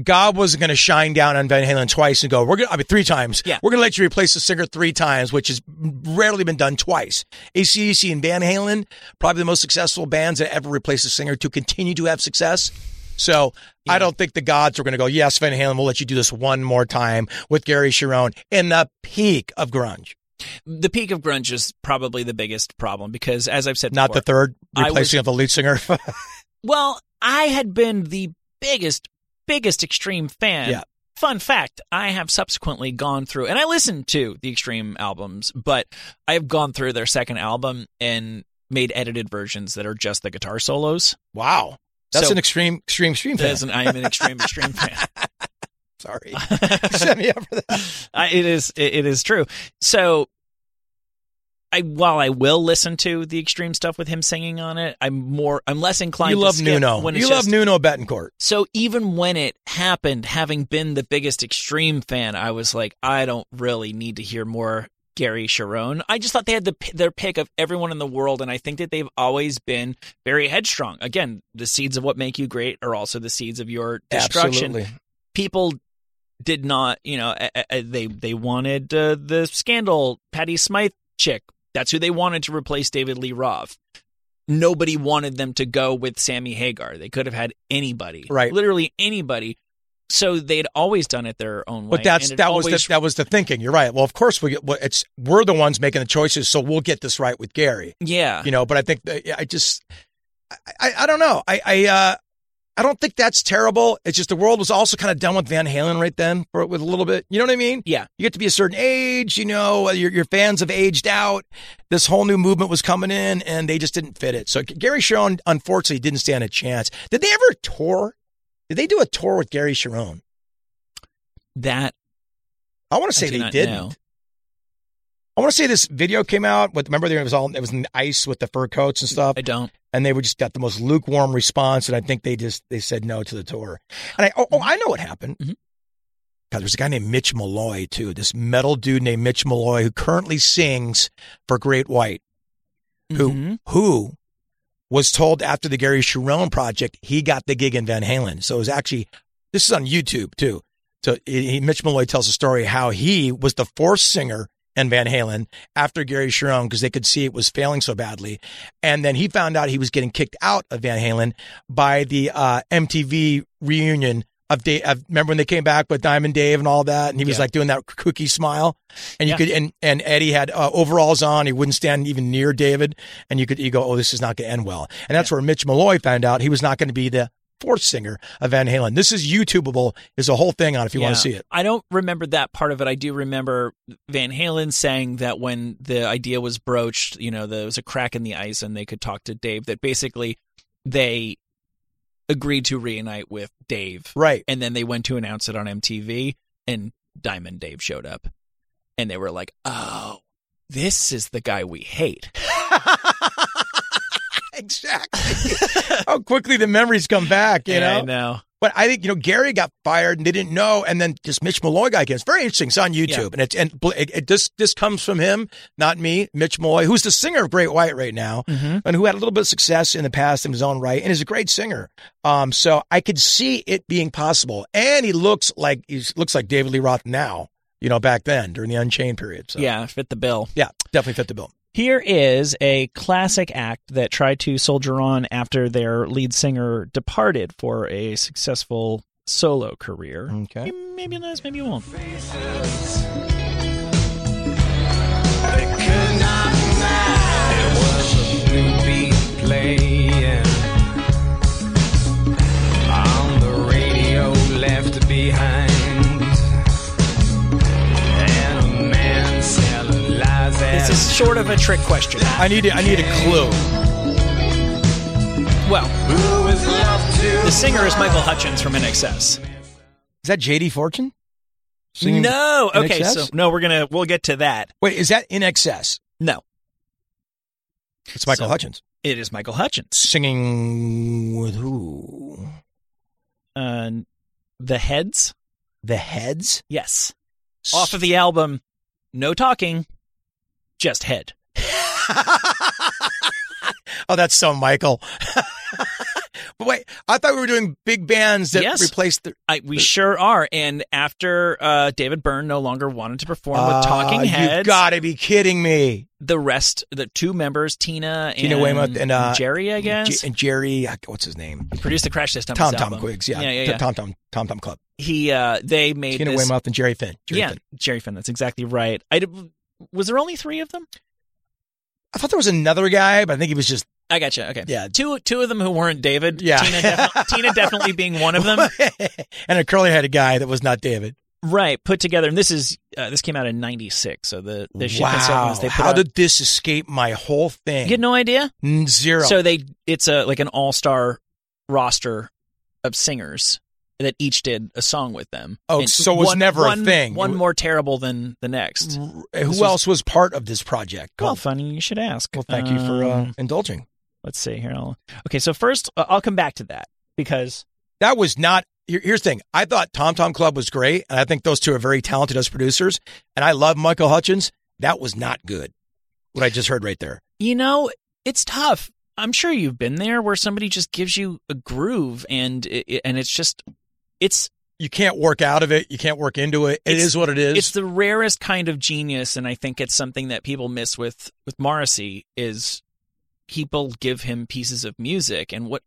C: God wasn't going to shine down on Van Halen twice and go, we're going to, I mean, three times.
B: Yeah.
C: We're going to let you replace the singer three times, which has rarely been done twice. ACDC and Van Halen, probably the most successful bands that ever replaced a singer to continue to have success. So I don't think the gods were going to go, yes, Van Halen, we'll let you do this one more time with Gary Sharon in the peak of grunge,
B: the peak of grunge is probably the biggest problem because, as I've said,
C: not
B: before,
C: the third
B: I
C: replacing of the lead singer.
B: Well, I had been the biggest, biggest extreme fan.
C: Yeah.
B: Fun fact, I have subsequently gone through and I listened to the extreme albums, but I have gone through their second album and made edited versions that are just the guitar solos.
C: wow. That's
B: So-
C: an extreme, extreme, extreme fan.
B: As an, I am an extreme, extreme fan.
C: Sorry. Set me up for that.
B: I, it is it, it is true. So I while I will listen to the extreme stuff with him singing on it, I'm more I'm less inclined
C: You
B: to
C: love
B: skip
C: Nuno.
B: when it's
C: You
B: just,
C: love Nuno Betancourt.
B: So even when it happened, having been the biggest extreme fan, I was like, I don't really need to hear more Gary Sharon. I just thought they had the their pick of everyone in the world, and I think that they've always been very headstrong. Again, the seeds of what make you great are also the seeds of your destruction.
C: Absolutely.
B: People did not, you know, uh, uh, uh, they they wanted uh, the scandal Patty Smythe chick. That's who they wanted to replace David Lee Roth nobody wanted them to go with Sammy Hagar. They could have had anybody,
C: Right.
B: Literally anybody. So they'd always done it their own way.
C: But that's
B: and it
C: that was
B: always-
C: the, that was the thinking. You're right. Well, of course we get, well, it's we're the ones making the choices, so we'll get this right with Gary.
B: yeah.
C: You know, but I think that, yeah, I just I, I, I don't know. I I uh I don't think that's terrible. It's just the world was also kind of done with Van Halen right then for with a little bit. You know what I mean?
B: Yeah.
C: You get to be a certain age, you know, your your fans have aged out. This whole new movement was coming in and they just didn't fit it. So Gary Sharon unfortunately didn't stand a chance. Did they ever tour? Did they do a tour with Gary Sharon?
B: That
C: I want to
B: I
C: say
B: do
C: they
B: not
C: didn't.
B: know.
C: I want to say this video came out with remember there was all it was in ice with the fur coats and stuff,
B: I don't.
C: and they were just got the most lukewarm response, and I think they just they said no to the tour. And I oh, oh I know what happened.
B: Mhm.
C: God, there's a guy named Mitch Malloy too, this metal dude named Mitch Malloy who currently sings for Great White, who
B: Mhm.
C: who was told after the Gary Sharon project he got the gig in Van Halen, so it was actually this is on YouTube too. So he, he- Mitch Malloy tells a story how he was the fourth singer in Van Halen after Gary Sharon because they could see it was failing so badly, and then he found out he was getting kicked out of Van Halen by the uh, MTV reunion. Of Dave, of, remember when they came back with Diamond Dave and all that, and he was
B: Yeah.
C: like doing that cookie smile, and you
B: Yeah.
C: could and and Eddie had uh, overalls on, he wouldn't stand even near David, and you could you go, oh, this is not going to end well, and that's where Mitch Malloy found out he was not going to be the fourth singer of Van Halen. This is YouTubeable. There's a whole thing on it if you want
B: Yeah.
C: to see it.
B: I don't remember that part of it. I do remember Van Halen saying that when the idea was broached, you know, there was a crack in the ice and they could talk to Dave, that basically they agreed to reunite with Dave
C: Right.
B: and then they went to announce it on MTV, and Diamond Dave showed up, and they were like, "Oh, this is the guy we hate."
C: exactly. How quickly the memories come back, you know?
B: I know.
C: But I think you know Gary got fired and they didn't know, and then just Mitch Malloy got again. It's very interesting. It's on YouTube,
B: Yeah.
C: and it's and bl- it, it, this this comes from him, not me. Mitch Malloy, who's the singer of Great White right now, and who had a little bit of success in the past in his own right, and is a great singer. Um, so I could see it being possible, and he looks like he looks like David Lee Roth now. You know, back then during the Unchained period. So
B: Yeah, fit the bill.
C: yeah, definitely fit the bill.
B: Here is a classic act that tried to soldier on after their lead singer departed for a successful solo career.
C: Okay.
B: Maybe it is, maybe it won't.
F: on the radio left behind. And a man selling lies
B: This
F: at
B: is sort of a trick question.
C: I need a, I need a clue.
B: Well,
F: who is love to
B: the singer is Michael Hutchins from NXS.
C: Is that JD Fortune? Singing-
B: No, okay,
C: NXS?
B: so no, we're gonna we'll get to that.
C: Wait, is that in excess?
B: No,
C: It's Michael
B: So-
C: Hutchins
B: it is Michael Hutchins.
C: singing with who?
B: Uh, the Heads,
C: The Heads.
B: yes, off of the album, no talking, just head.
C: Oh, that's so Michael. but wait, I thought we were doing big bands that
B: Yes.
C: replaced the.
B: I, we sure are. And after uh, David Byrne no longer wanted to perform with
C: Ah,
B: Talking
C: You've
B: Heads,
C: got to be kidding me.
B: the rest, the two members, Tina,
C: Tina
B: and
C: Weymouth and, uh,
B: Jerry, I guess,
C: J- and Jerry, uh, what's his name?
B: produced the Crash Test Dummies
C: Tom Tom
B: album.
C: Quiggs. Yeah.
B: yeah, yeah.
C: T-
B: yeah.
C: Tom Tom Tom Tom Club.
B: He, uh, they made
C: Tina
B: this.
C: Weymouth and Jerry Finn. Jerry
B: yeah,
C: Finn.
B: Jerry Finn. That's exactly right. I did- was there only three of them.
C: I thought there was another guy, but I think he was just
B: I gotcha. Okay.
C: Yeah.
B: Two two of them who weren't David.
C: Yeah.
B: Tina, defi- Tina definitely being one of them.
C: and a curly headed guy that was not David.
B: Right. Put together, and this is uh, this came out in '96. So the the shipments
C: wow.
B: albums they put
C: How
B: out-
C: did this escape my whole thing?
B: you had no idea?
C: Mm, Zero.
B: So they it's a like an all star roster of singers that each did a song with them.
C: Oh, so it was never a
B: one-
C: thing. Mm,
B: One more terrible than the next.
C: who
B: was-
C: else was part of this project?
B: Well, funny you should ask.
C: Well, thank you for uh,
B: Um,
C: indulging.
B: let's see here. I'll, okay, so first uh, I'll come back to that because
C: That was not. here- Here's the thing. I thought Tom Tom Club was great, and I think those two are very talented as producers. And I love Michael Hutchins. That was not good. What I just heard right there.
B: you know it's tough. I'm sure you've been there where somebody just gives you a groove and it, it- and it's just it's
C: You can't work out of it. You can't work into it. It is
B: It's-
C: what it is.
B: it's the rarest kind of genius and i think it's something that people miss with with morrissey is people give him pieces of music and what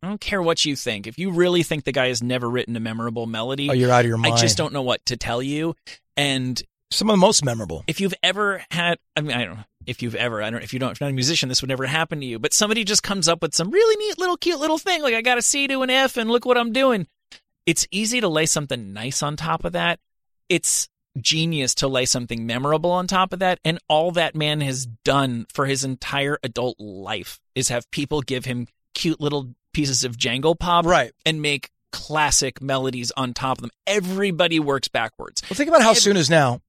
B: i don't care what you think if you really think the guy has never written a memorable melody
C: oh, you're out of your mind.
B: i just don't know what to tell you and
C: Some of the most memorable.
B: if you've ever had i mean i don't know if you've ever i don't if you don't if you're not a musician this would never happen to you but somebody just comes up with some really neat little cute little thing like i got a c to an f and look what i'm doing it's easy to lay something nice on top of that it's genius to lay something memorable on top of that and all that man has done for his entire adult life is have people give him cute little pieces of jangle pop
C: Right.
B: and make classic melodies on top of them everybody works backwards
C: Well, think about how
B: Every-
C: soon is now.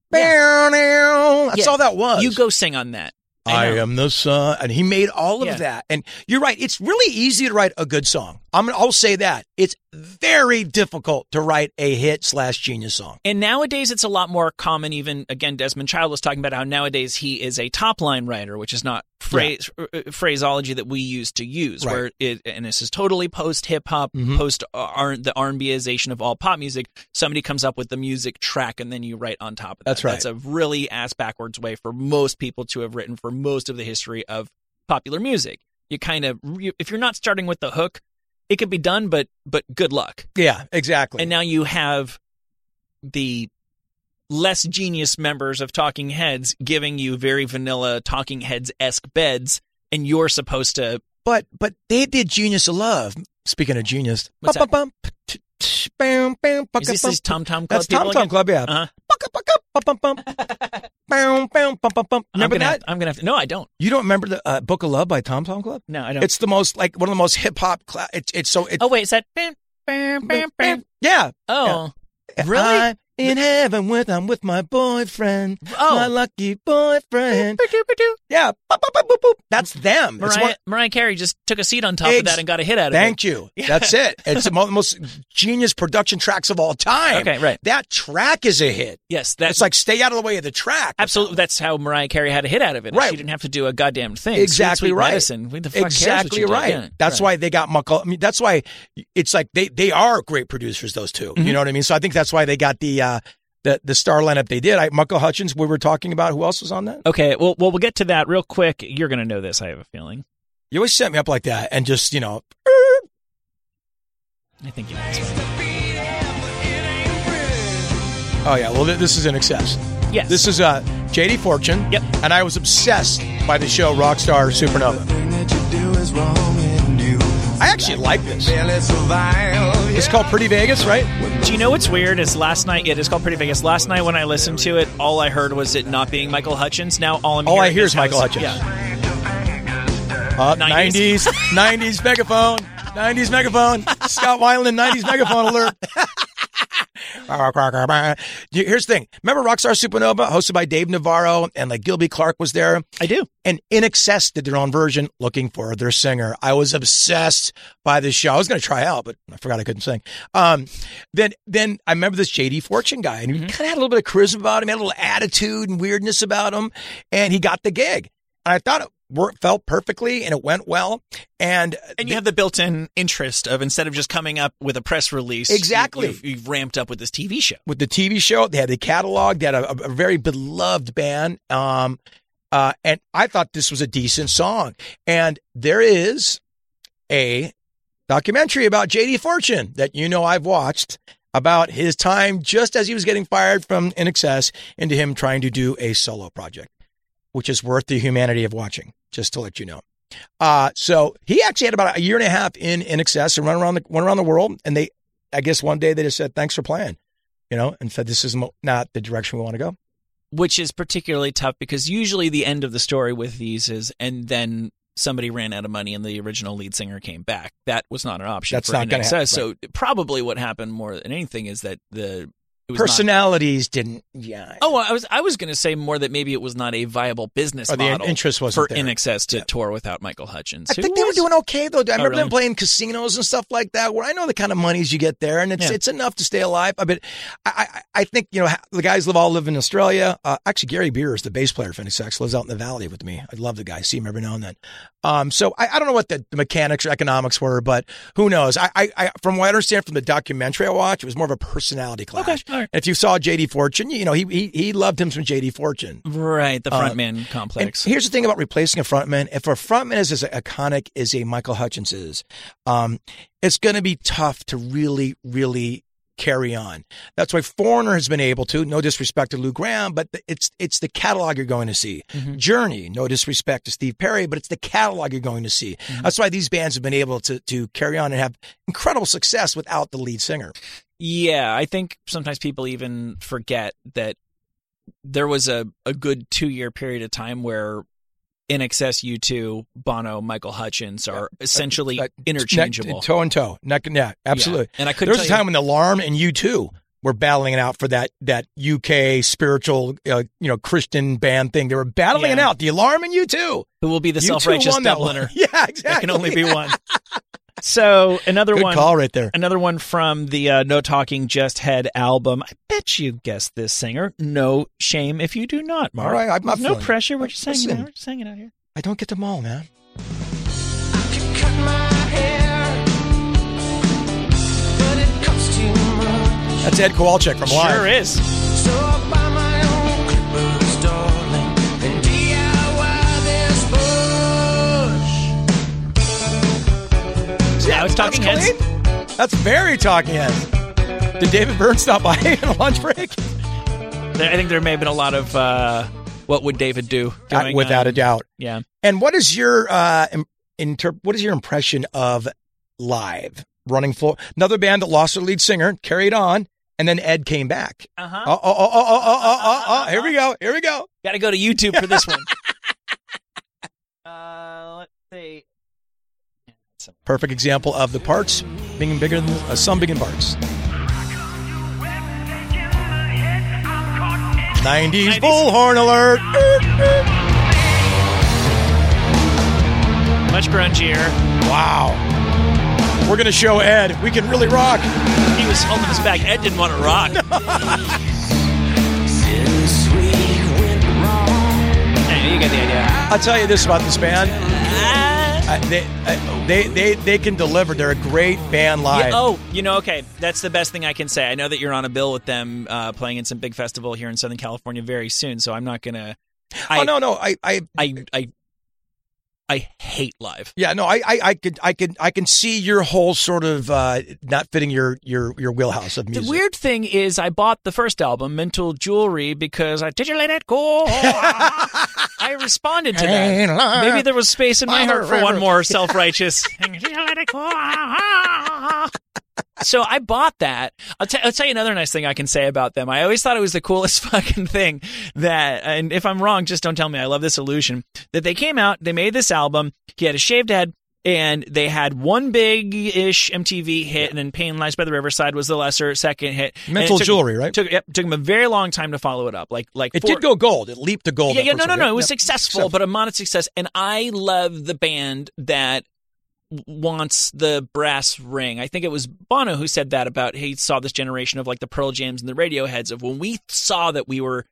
C: That's
B: Yeah.
C: all that was.
B: you go sing on that
C: I,
B: know.
C: am the sun, and he made all of
B: Yeah.
C: that. And you're right; it's really easy to write a good song. I'm, I'll say that it's very difficult to write a hit slash genius song.
B: And nowadays, it's a lot more common. Even again, Desmond Child was talking about how nowadays he is a top line writer, which is not phrase uh, phraseology that we used to use.
C: Right.
B: Where it and this is totally post hip hop,
C: Mhm.
B: post uh, R the R and Bization of all pop music. Somebody comes up with the music track, and then you write on top of that.
C: That's right.
B: That's a really ass backwards way for most people to have written for most of the history of popular music. You kind of re- if you're not starting with the hook, it could be done, but but good luck.
C: Yeah, exactly.
B: And now you have the less genius members of Talking Heads giving you very vanilla Talking Heads esque beds, and you're supposed to.
C: but but they did Genius of Love. Speaking of genius,
B: What's that?
C: Bum, bum, p- t- bam, bam,
B: Is this
C: bum,
B: these Tom Tom Club
C: That's Tom
B: people
C: Tom
B: again?
C: Club. Yeah.
B: Uh-huh.
C: Bucka, bucka, bum, bum, bum. Bam, bam, bum, bum, bum.
B: I'm
C: Remember
B: gonna,
C: that?
B: have- I'm gonna have to. No, I don't.
C: You don't remember the uh, Book of Love by Tom Tom Club?
B: No, I don't.
C: It's the most like one of the most hip hop. Cla- it's it's so it's
B: oh wait, is that? Bam, bam, bam, bam.
C: yeah.
B: Oh, Really?
C: I'm in heaven with I'm with my boyfriend,
B: Oh.
C: my lucky boyfriend. yeah, Boop, boop, boop, boop, boop. that's them. It's
B: Mariah,
C: one-
B: Mariah Carey just took a seat on top of
C: Ex-
B: that and got a hit out of it.
C: thank you. That's it. It's the mo- most genius production tracks of all time.
B: Okay, right.
C: That track is a hit.
B: Yes, that's
C: it's like stay out of the way of the track.
B: absolutely. That's how Mariah Carey had a hit out of it.
C: Right.
B: She didn't have to do a goddamn thing. Sweet,
C: Exactly
B: sweet
C: right.
B: Medicine. Who the fuck cares what
C: Exactly
B: she did?
C: right.
B: Yeah,
C: that's
B: right.
C: why they got Michael. I mean, that's why it's like they they are great producers. Those 2 you know what I mean. So I think that's why they got the uh, the the star lineup they did. I, Michael Hutchins. We were talking about who else was on that.
B: Okay, well, well, we'll get to that real quick. You're gonna know this, I have a feeling.
C: You always set me up like that, and just you know,
B: I think you know this one.
C: Oh yeah, well th- this is in excess.
B: Yes.
C: This is uh, JD Fortune.
B: Yep.
C: And I was obsessed by the show Rockstar Supernova. I actually like this. It's called Pretty Vegas, right?
B: Do you know what's weird? Is last night, it is called Pretty Vegas. Last night when I listened to it, all I heard was it not being Michael Hutchins. Now all I'm
C: All I
B: hearing
C: hear is Michael
B: how-
C: Hutchins.
B: Yeah.
C: Uh,
B: 90s.
C: 90s, 90s megaphone, 90s megaphone. Scott Weiland, 90s megaphone alert. You- Here's the thing. Remember Rockstar Supernova, hosted by Dave Navarro, and like Gilby Clark was there.
B: I do.
C: and In Excess did their own version looking for their singer. I was obsessed by this show. I was going to try out, but I forgot I couldn't sing. Um, then, then I remember this JD Fortune guy, and he kind of had a little bit of charisma about him, had a little attitude and weirdness about him, and he got the gig. And I thought it worked, felt perfectly, and it went well. And,
B: And you have the built-in interest of instead of just coming up with a press release,
C: Exactly.
B: you- you've, you've ramped up with this TV show.
C: with the TV show. They had the catalog. They had a, a- a very beloved band. Um, uh, and I thought this was a decent song. And there is a documentary about JD Fortune that you know I've watched about his time just as he was getting fired from In Excess into him trying to do a solo project, which is worth the humanity of watching, just to let you know. Uh, so he actually had about a year and a half in In Excess and run around the went around the world. And they, I guess, one day they just said, "Thanks for playing," you know, and said, "This is mo- not the direction we want to go."
B: which is particularly tough because usually the end of the story with these is and then somebody ran out of money and the original lead singer came back. That was not an option.
C: That's
B: for
C: not gonna
B: NXS.
C: happen,
B: So probably what happened more than anything is that the it was not-
C: Personalities didn't. Yeah.
B: Oh, I was I was going to say more that maybe it was not a viable business
C: Or the in-
B: model
C: interest wasn't
B: for
C: there.
B: NXS to tour without Michael Hutchins.
C: I
B: who
C: think they were
B: was-
C: doing okay though. I remember
B: Oh, really?
C: them playing casinos and stuff like that, where I know the kind of monies you get there, and it's
B: Yeah.
C: it's enough to stay alive. I mean, I, I I think you know ha- the guys live all live in Australia. Uh, actually, Gary Beers, the bass player of Phoenix X, lives out in the valley with me. I love the guy. I see him every now and then. Um, so I, I don't know what the, the mechanics or economics were, but who knows? I, I I from what I understand from the documentary I watched, it was more of a personality clash.
B: Okay, all right.
C: And if you saw JD Fortune, you know he he, he loved him some JD Fortune.
B: right the
C: Uh,
B: frontman complex.
C: And here's the thing about replacing a frontman. If a frontman is as iconic as a Michael Hutchins is, um, it's going to be tough to really, really carry on. That's why Foreigner has been able to. No disrespect to Lou Graham, but it's it's the catalog you're going to see. Journey, no disrespect to Steve Perry, but it's the catalog you're going to see. That's why these bands have been able to to carry on and have incredible success without the lead singer.
B: Yeah, I think sometimes people even forget that there was a, a good two year period of time where in excess U2, Bono, Michael Hutchins are essentially
C: Uh,
B: interchangeable.
C: neck- toe and toe, neck and neck, absolutely.
B: Yeah. And I
C: There
B: couldn't
C: was a
B: tell you-
C: time when Alarm and U two were battling it out for that that UK spiritual, uh, you know, Christian band thing. They were battling it
B: Yeah.
C: out. The Alarm and U two.
B: who will be the
C: U2
B: self righteous
C: won that one.
B: Dubliner?
C: Yeah, exactly.
B: There can only be one. So another
C: Good
B: one,
C: call right there.
B: another one from the uh, No Talking Just Head album. I bet you guessed this singer. No shame if you do not. Mark.
C: All right, I'm not
B: no
C: feeling it.
B: pressure. We're just hanging
C: Listen.
B: out. We're just hanging out here.
C: I don't get them all, man. That's Ed Kowalczyk from Live.
B: Sure is.
C: See,
B: Now it's Talking
C: that's
B: Heads.
C: clean. That's very Talking Heads. Did David Byrne stop by in a lunch break?
B: There, I think there may have been a lot of uh, what would David do?
C: Uh,
B: going
C: Without
B: on.
C: a doubt.
B: Yeah.
C: And what is your uh im- inter- what is your impression of live running full another band that lost their lead singer carried on and then Ed came back.
B: Uh
C: Oh
B: huh.
C: oh oh oh oh oh oh, oh, here we go. Here we go.
B: Got to go to YouTube for this one. uh, let's see.
C: Perfect example of the parts being bigger than uh, some big in parts. 90s,
B: 90s.
C: bullhorn alert.
B: Much grungier.
C: Wow. We're going to show Ed we can really rock.
B: He was holding us back. Ed didn't want to rock. Hey, you get the idea.
C: I'll tell you this about this band.
B: Ah,
C: Uh, they, uh, they they they can deliver. They're a great band live.
B: Yeah, oh, you know, okay. That's the best thing I can say. I know that you're on a bill with them uh, playing in some big festival here in Oh, Southern California very soon, so I'm not going to. I,
C: Oh, no no I I
B: I I I hate live.
C: Yeah, no, I, I, I could, I could, I can see your whole sort of uh, not fitting your your your wheelhouse of music.
B: The weird thing is, I bought the first album, Mental Jewelry, because I titillated cool. I responded to
C: Ain't
B: that.
C: lying.
B: Maybe there was space in my heart for one more self righteous. So I bought that. I'll, t- I'll tell you another nice thing I can say about them. I always thought it was the coolest fucking thing that, and if I'm wrong, just don't tell me. I love this illusion that they came out, they made this album. He had a shaved head and they had one big ish MTV hit and then Pain Lies by the Riverside was the lesser second hit. And it
C: Mental
B: took-
C: Jewelry, right?
B: Took, yep, took him a very long time to follow it up. Like, like
C: it
B: four-
C: did go gold. It leaped to gold.
B: yeah,
C: that
B: yeah,
C: first
B: no, no,
C: one.
B: no. It was
C: Yeah.
B: successful,
C: So-
B: but a modest success. And I love the band that w- wants the brass ring. I think it was Bono who said that about he saw this generation of like the Pearl Jams and the Radioheads of when we saw that we were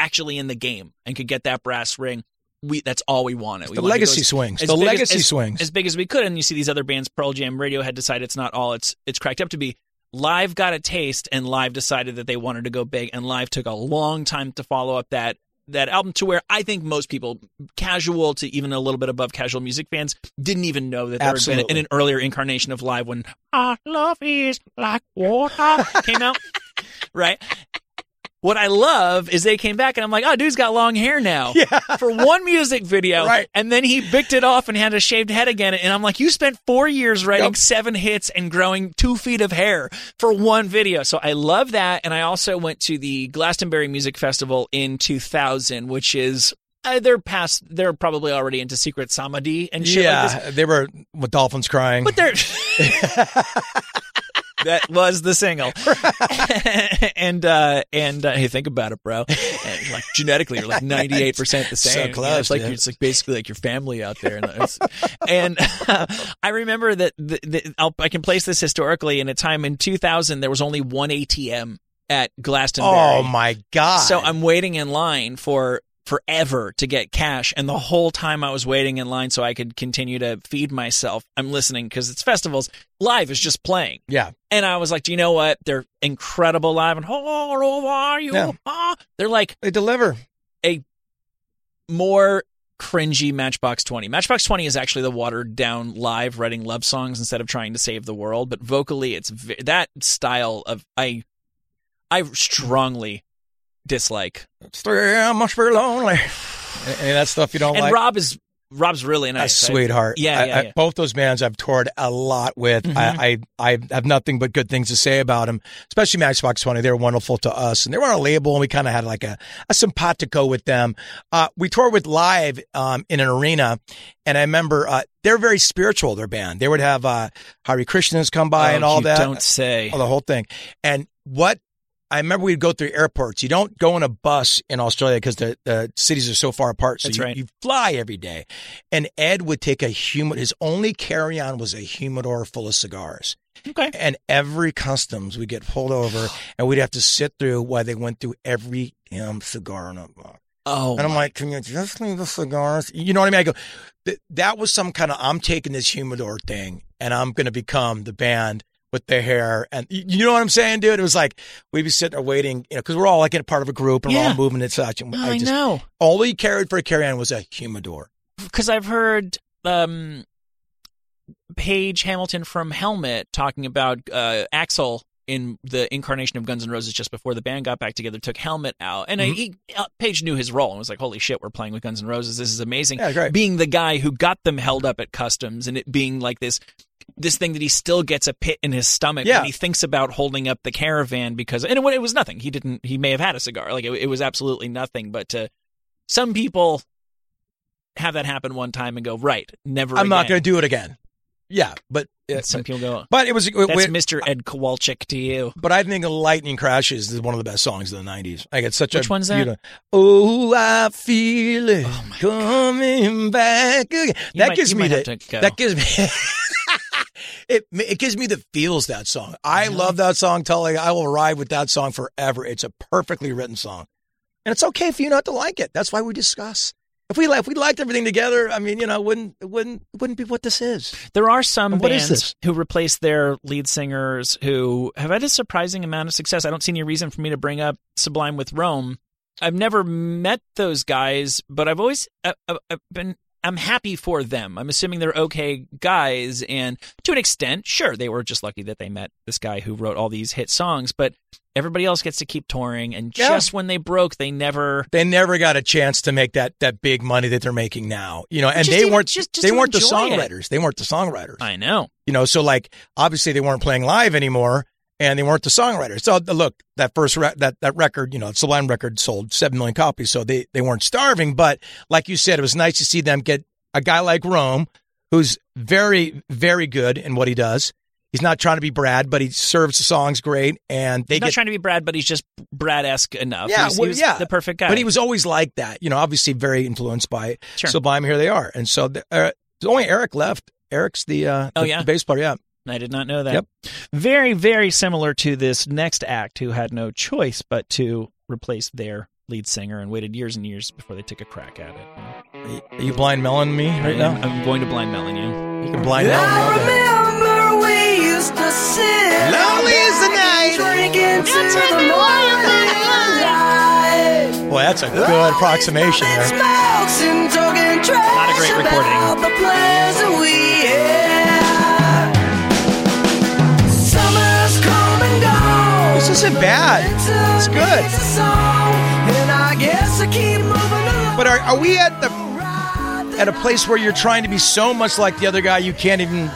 B: actually in the game and could get that brass ring. We that's all we wanted. We
C: the
B: wanted to go
C: legacy
B: as-
C: swings.
B: as
C: The
B: big as-
C: legacy
B: as-
C: swings.
B: as big as we could. And you see these other bands, Pearl Jam, Radiohead, decide it's not all it's it's cracked up to be. Live got a taste, and Live decided that they wanted to go big, and Live took a long time to follow up that that album to where I think most people, casual to even a little bit above casual music fans, didn't even know that there had
C: Absolutely.
B: been an earlier incarnation of Live when "Our Love Is Like Water" came out, right? What I love is they came back and I'm like, oh, dude's got long hair now
C: Yeah.
B: for one music video.
C: Right.
B: And then he bicked it off and had a shaved head again. And I'm like, you spent four years writing
C: Yep.
B: seven hits and growing two feet of hair for one video. So I love that. And I also went to the Glastonbury Music Festival in 2000, which is. Uh, they're past. They're probably already into secret samadhi and shit like this.
C: yeah, they were with dolphins crying.
B: But they're. that was the single. and uh, and uh, hey, think about it, bro. And, like genetically, you're like 98 percent the
C: So
B: same. You know,
C: close,
B: it's like
C: dude.
B: you're- it's like basically like your family out there. And, it's- and I remember that the, the, I'll, I can place this historically in a time in 2000 there was only one ATM at Glastonbury.
C: oh my god!
B: So I'm waiting in line for forever to get cash and the whole time I was waiting in line so I could continue to feed myself I'm listening cuz it's festivals live is just playing
C: yeah,
B: and I was like do you know what they're incredible live and oh are you
C: Yeah.
B: Ah." they're like
C: they deliver.
B: more cringy Matchbox 20 Matchbox 20 is actually the watered down live writing love songs instead of trying to save the world but vocally it's v- that style of I I strongly dislike
C: It's three much for lonely. And, and that stuff you don't
B: and
C: like.
B: Rob is Rob's really
C: a
B: nice.
C: sweetheart.
B: Yeah,
C: I-
B: yeah, Mm-hmm.
C: I-
B: yeah.
C: both those bands I've toured a lot with. I, I I have nothing but good things to say about them, especially Matchbox Twenty. They were wonderful to us, and they were on a label, and we kind of had like a a simpatico with them. Uh, we toured with Live um, in an arena, and I remember uh, they're very spiritual. Their band. They would have uh, Hari Krishnas come by
B: Oh,
C: and all
B: you
C: that.
B: Don't say.
C: Oh, the whole thing. And what I remember, we'd go through airports. You don't go in a bus in Australia because the, the cities are so far apart. So
B: That's
C: you,
B: right.
C: you fly every day. And Ed would take a humid. His only carry on was a humidor full of cigars.
B: Okay.
C: And every customs we get pulled over, and we'd have to sit through why they went through every damn cigar in a box.
B: Oh,
C: And I'm like, can you just leave the cigars? You know what I mean? I go, th- that was some kind of, I'm taking this humidor thing and I'm going to become the band with the hair. And y- you know what I'm saying, dude? It was like, we'd be sitting there waiting, you know, because we're all like in a part of a group and we're
B: Yeah.
C: all moving and such. And
B: oh, I, know
C: all we carried for a carry on was a humidor.
B: because I've heard um, Paige Hamilton from Helmet talking about uh, Axel in the incarnation of Guns N' Roses just before the band got back together took Helmet out, and
C: Mhm.
B: he, uh, Paige knew his role and was like, "Holy shit, we're playing with Guns N' Roses. This is amazing."
C: Yeah, great.
B: Being the guy who got them held up at customs and it being like this this thing that he still gets a pit in his stomach
C: Yeah.
B: when he thinks about holding up the caravan because and it, wa- it was nothing. He didn't. He may have had a cigar. Like it, it was absolutely nothing. But uh, some people have that happen one time and go right. Never.
C: I'm not going
B: again."
C: to do it again. Yeah. But, uh,
B: And Some people go.
C: but it was, it-
B: That's
C: it-
B: Mr. Ed Kowalczyk to you.
C: But I think "Lightning Crashes" is one of the best songs of the '90s. Like it's such a
B: Which one's that? Oh
C: beautiful- Oh, I feel it coming back again.
B: You
C: that
B: might-
C: gives
B: you
C: me
B: might
C: the,
B: have to go.
C: that gives me it it gives me the feels that song. I love that song, Tully. I will ride with that song forever. It's a perfectly written song, and it's okay for you not to like it. That's why we discuss. If we li- if we liked everything together, I mean, you know, it wouldn't it wouldn't it wouldn't be what this is.
B: There are some
C: And what
B: bands
C: is this?
B: who replace their lead singers who have had a surprising amount of success. I don't see any reason for me to bring up Sublime with Rome. I've never met those guys, but I've always uh, uh, I've been I'm happy for them. I'm assuming they're okay guys, and to an extent, sure, they were just lucky that they met this guy who wrote all these hit songs. But everybody else gets to keep touring, and
C: Yeah.
B: just when they broke, they never.
C: They never got a chance to make that that big money that they're making now. You know, and
B: Just
C: they
B: even-
C: weren't
B: just- just
C: they
B: to
C: weren't the
B: enjoy it.
C: songwriters. They weren't the songwriters.
B: I know.
C: You know, so like obviously they weren't playing live anymore, and they weren't the songwriters. So uh, look, that first re- that that record, you know, Sublime record sold seven million copies, so they they weren't starving. But like you said, it was nice to see them get a guy like Rome, who's very very good in what he does. He's not trying to be Brad, but he serves the songs great, and they
B: He's not
C: get
B: trying to be Brad, but he's just Brad esque enough.
C: Yeah,
B: He's- he
C: well,
B: was
C: yeah.
B: the perfect guy.
C: But he was always like that, you know. Obviously, very influenced by
B: Sure.
C: Sublime. Here they are, and so the, uh, there's only Eric left. Eric's the uh,
B: Oh,
C: the,
B: yeah.
C: the bass player. Yeah,
B: I did not know that.
C: Yep.
B: Very, very similar to this next act who had no choice but to replace their lead singer and waited years and years before they took a crack at it.
C: are you blind melon me right now?
B: I'm, I'm going to blind Melon you.
C: You can blind melon me all day.
D: Remember we used to sit
C: Lonely is the night.
D: drinking till the morning light.
C: Boy, that's a good approximation there.
D: Smokes and talking trash
B: Not a great recording.
D: about the pleasure we had. Summer's come and gone.
C: This isn't bad.
D: It's
C: good.
D: a song, and I guess I keep moving along.
C: But are, are we at the
D: Right
C: at a place where you're trying to be so much like the other guy you can't even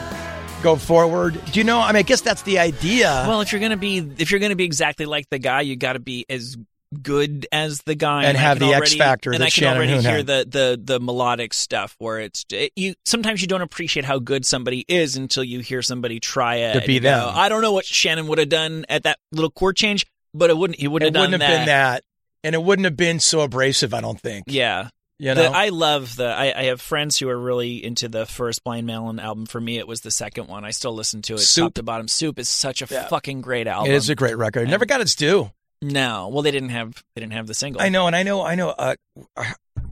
C: go forward? Do you know? I mean, I guess that's the idea.
B: Well, if you're gonna be if you're gonna be exactly like the guy, you got to be as good as the guy
C: And
B: I
C: have
B: can
C: the
B: already-
C: X factor
B: And
C: that
B: I can
C: Shannon
B: already
C: Hoon
B: hear
C: had.
B: the the the melodic stuff where it's it, you. Sometimes you don't appreciate how good somebody is until you hear somebody try it.
C: To
B: and
C: be
B: you go,
C: them.
B: I don't know what Shannon would have done at that little chord change, but it wouldn't. He
C: it
B: wouldn't have
C: wouldn't have
B: done
C: been that, and it wouldn't have been so abrasive. I don't think.
B: Yeah.
C: You
B: The-
C: know.
B: I love the. I, I have friends who are really into the first Blind Melon album. For me, it was the second one. I still listen to it
C: Soup.
B: top to bottom. Soup is such a
C: Yeah.
B: fucking great album.
C: It is a great record. It never got its due.
B: no, well, they didn't have they didn't have the single.
C: I know, and I know, I know. Uh,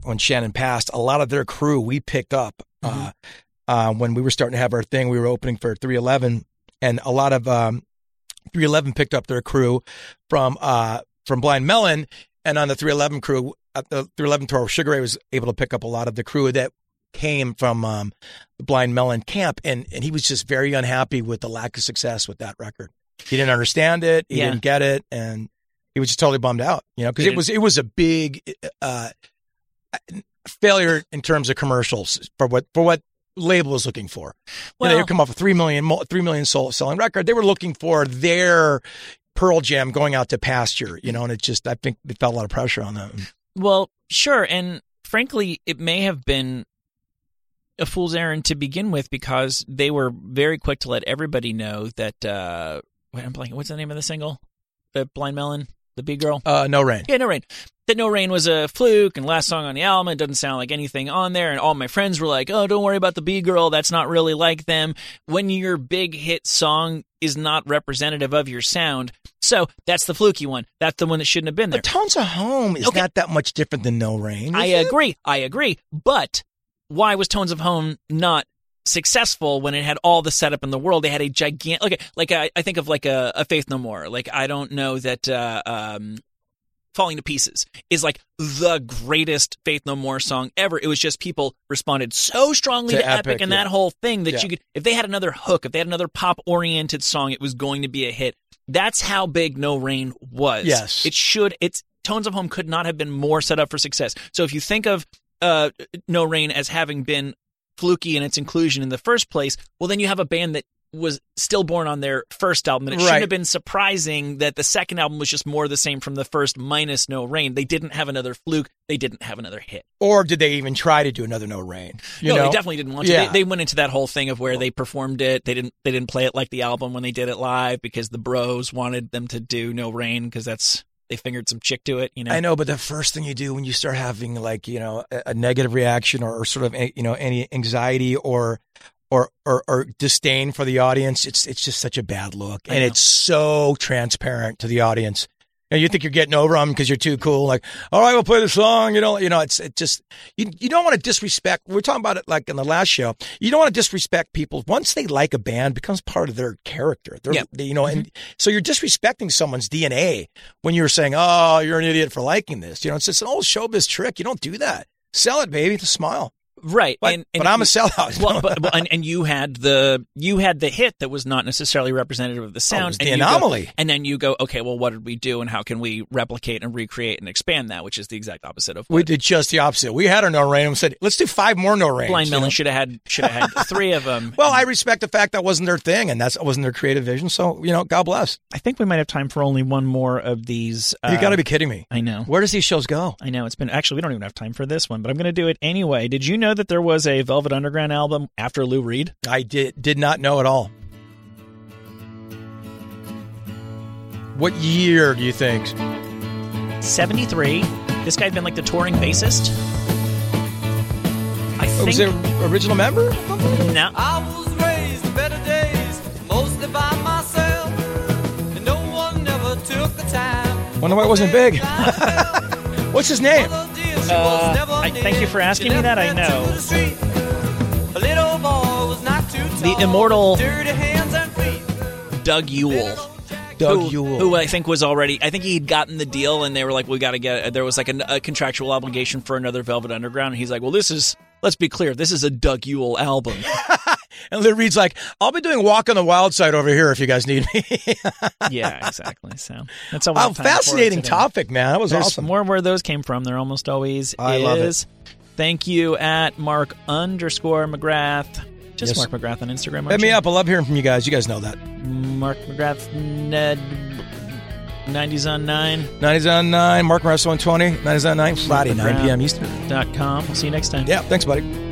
C: when Shannon passed, a lot of their crew we picked up uh,
B: Mm-hmm.
C: uh, when we were starting to have our thing. We were opening for 311, and a lot of um, 311 picked up their crew from uh, from Blind Melon, and on the 311 crew, uh, the 311 tour, Sugar Ray was able to pick up a lot of the crew that came from um, the Blind Melon camp, and and he was just very unhappy with the lack of success with that record. He didn't understand it. He
B: Yeah.
C: didn't get it, and he was just totally bummed out, you know, because
B: He
C: it was it was a big uh, failure in terms of commercials for what for what label was looking for. Well, you know,
B: Well-
C: they come off a three million mo- three million soul selling record. They were looking for their Pearl Jam going out to pasture, you know, and it just I think it felt a lot of pressure on them.
B: Well, sure, and frankly, it may have been a fool's errand to begin with because they were very quick to let everybody know that. uh Wait, I'm blanking. What's the name of the single? The Blind Melon, the B girl.
C: Uh, no rain.
B: Yeah, No Rain. That No Rain was a fluke and last song on the album. It doesn't sound like anything on there. And all my friends were like, oh, don't worry about the B girl. That's not really like them. When your big hit song is not representative of your sound. So that's the fluky one. That's the one that shouldn't have been there.
C: But Tones of Home is
B: Okay.
C: not that much different than No Rain.
B: I
C: is it?
B: agree. I agree. But why was Tones of Home not successful when it had all the setup in the world? They had a gigantic, okay, like I, I think of like a, a Faith No More. Like I don't know that uh, um, Falling to Pieces is like the greatest Faith No More song ever. It was just people responded so strongly
C: To
B: to, Epic,
C: Epic,
B: and
C: yeah.
B: that whole thing that
C: Yeah.
B: you could, if they had another hook, if they had another pop oriented song, it was going to be a hit. That's how big No Rain was.
C: Yes.
B: It should it's tones of home could not have been more set up for success so if you think of uh no rain as having been fluky in its inclusion in the first place well then you have a band that was stillborn on their first album and it
C: Right.
B: shouldn't have been surprising that the second album was just more of the same from the first minus no rain they didn't have another fluke they didn't have another hit
C: Or did they even try to do another No Rain? You
B: no
C: know?
B: they definitely didn't want to
C: Yeah.
B: they, they went into that whole thing of where they performed it they didn't they didn't play it like the album when they did it live because the bros wanted them to do no rain because that's they fingered some chick to it you know
C: I know, but the first thing you do when you start having like you know a, a negative reaction or, or sort of eh, you know any anxiety or or, or or disdain for the audience, it's it's just such a bad look,
B: I
C: and
B: know.
C: it's so transparent to the audience. And you think you're getting over them because you're too cool. Like, all right, we'll play the song. You know, you know, it's it just you you don't want to disrespect. We are talking about it like in the last show. You don't want to disrespect people once they like a band it becomes part of their character. They're,
B: Yeah. Mm-hmm.
C: they- you know, and so you're disrespecting someone's DNA when you're saying, "Oh, you're an idiot for liking this." You know, it's just an old showbiz trick. You don't do that. Sell it, baby. Just smile.
B: right.
C: But,
B: and, and
C: but I'm a
B: you-
C: sellout.
B: well, but, but- and, and you had the you had the hit that was not necessarily representative of the sound.
C: Oh, was the
B: and you go-
C: anomaly.
B: and then you go, okay, well, what did we do, and how can we replicate and recreate and expand that, which is the exact opposite of
C: we
B: what
C: did just the opposite. We had our no rain. We said, let's do five more no rain.
B: Blind Melon should have had should have had three of them.
C: Well, I respect the fact that wasn't their thing, and that's that wasn't their creative vision. So you know, God bless.
B: I think we might have time for only one more of these. Uh,
C: You got to be kidding me.
B: I know.
C: Where does these shows go?
B: I know it's been actually we don't even have time for this one, but I'm going to do it anyway. Did you know that there was a Velvet Underground album after Lou Reed?
C: I did did not know at all. What year do you think?
B: 73. This guy had been like the touring bassist. I think
C: Oh, Was it original member?
B: no.
G: I was raised to better days, mostly by myself. And no one ever took the time.
C: Wonder why it wasn't big.
G: Mother
C: What's his name?
G: dear, she
B: Uh,
G: was never
B: I- thank you
G: needed.
B: for asking
G: She
B: me that,
G: left
B: I
G: her to
B: know.
G: the street. A little boy was not too
B: The
G: tall,
B: immortal-
G: with dirty hands and feet.
B: Doug Yule.
C: Doug
B: who,
C: Yule.
B: who I think was already. I think he had gotten the deal, and they were like, "We got to get." There was like an, a contractual obligation for another Velvet Underground, and he's like, "Well, this is. Let's be clear, this is a Doug Yule album."
C: And Lou Reed's like, I'll be doing Walk on the Wild Side over here if you guys need me.
B: yeah, exactly. So that's all. we
C: wow,
B: have time for
C: fascinating
B: today.
C: topic, man. That was
B: There's
C: awesome.
B: more where those came from. There almost always
C: I
B: is.
C: love
B: Thank you at Mark underscore McGrath. Just Mark
C: Yes.
B: McGrath on Instagram.
C: Hit
B: aren't
C: me
B: you?
C: up. I love hearing from you guys. You guys know that.
B: Mark McGrath Ned. 90s on 9.com.
C: 90s on 9, Mark Russell 120, 90s on 9, Friday, 9 p.m. Eastern.
B: We'll see you next time.
C: Yeah, thanks, buddy.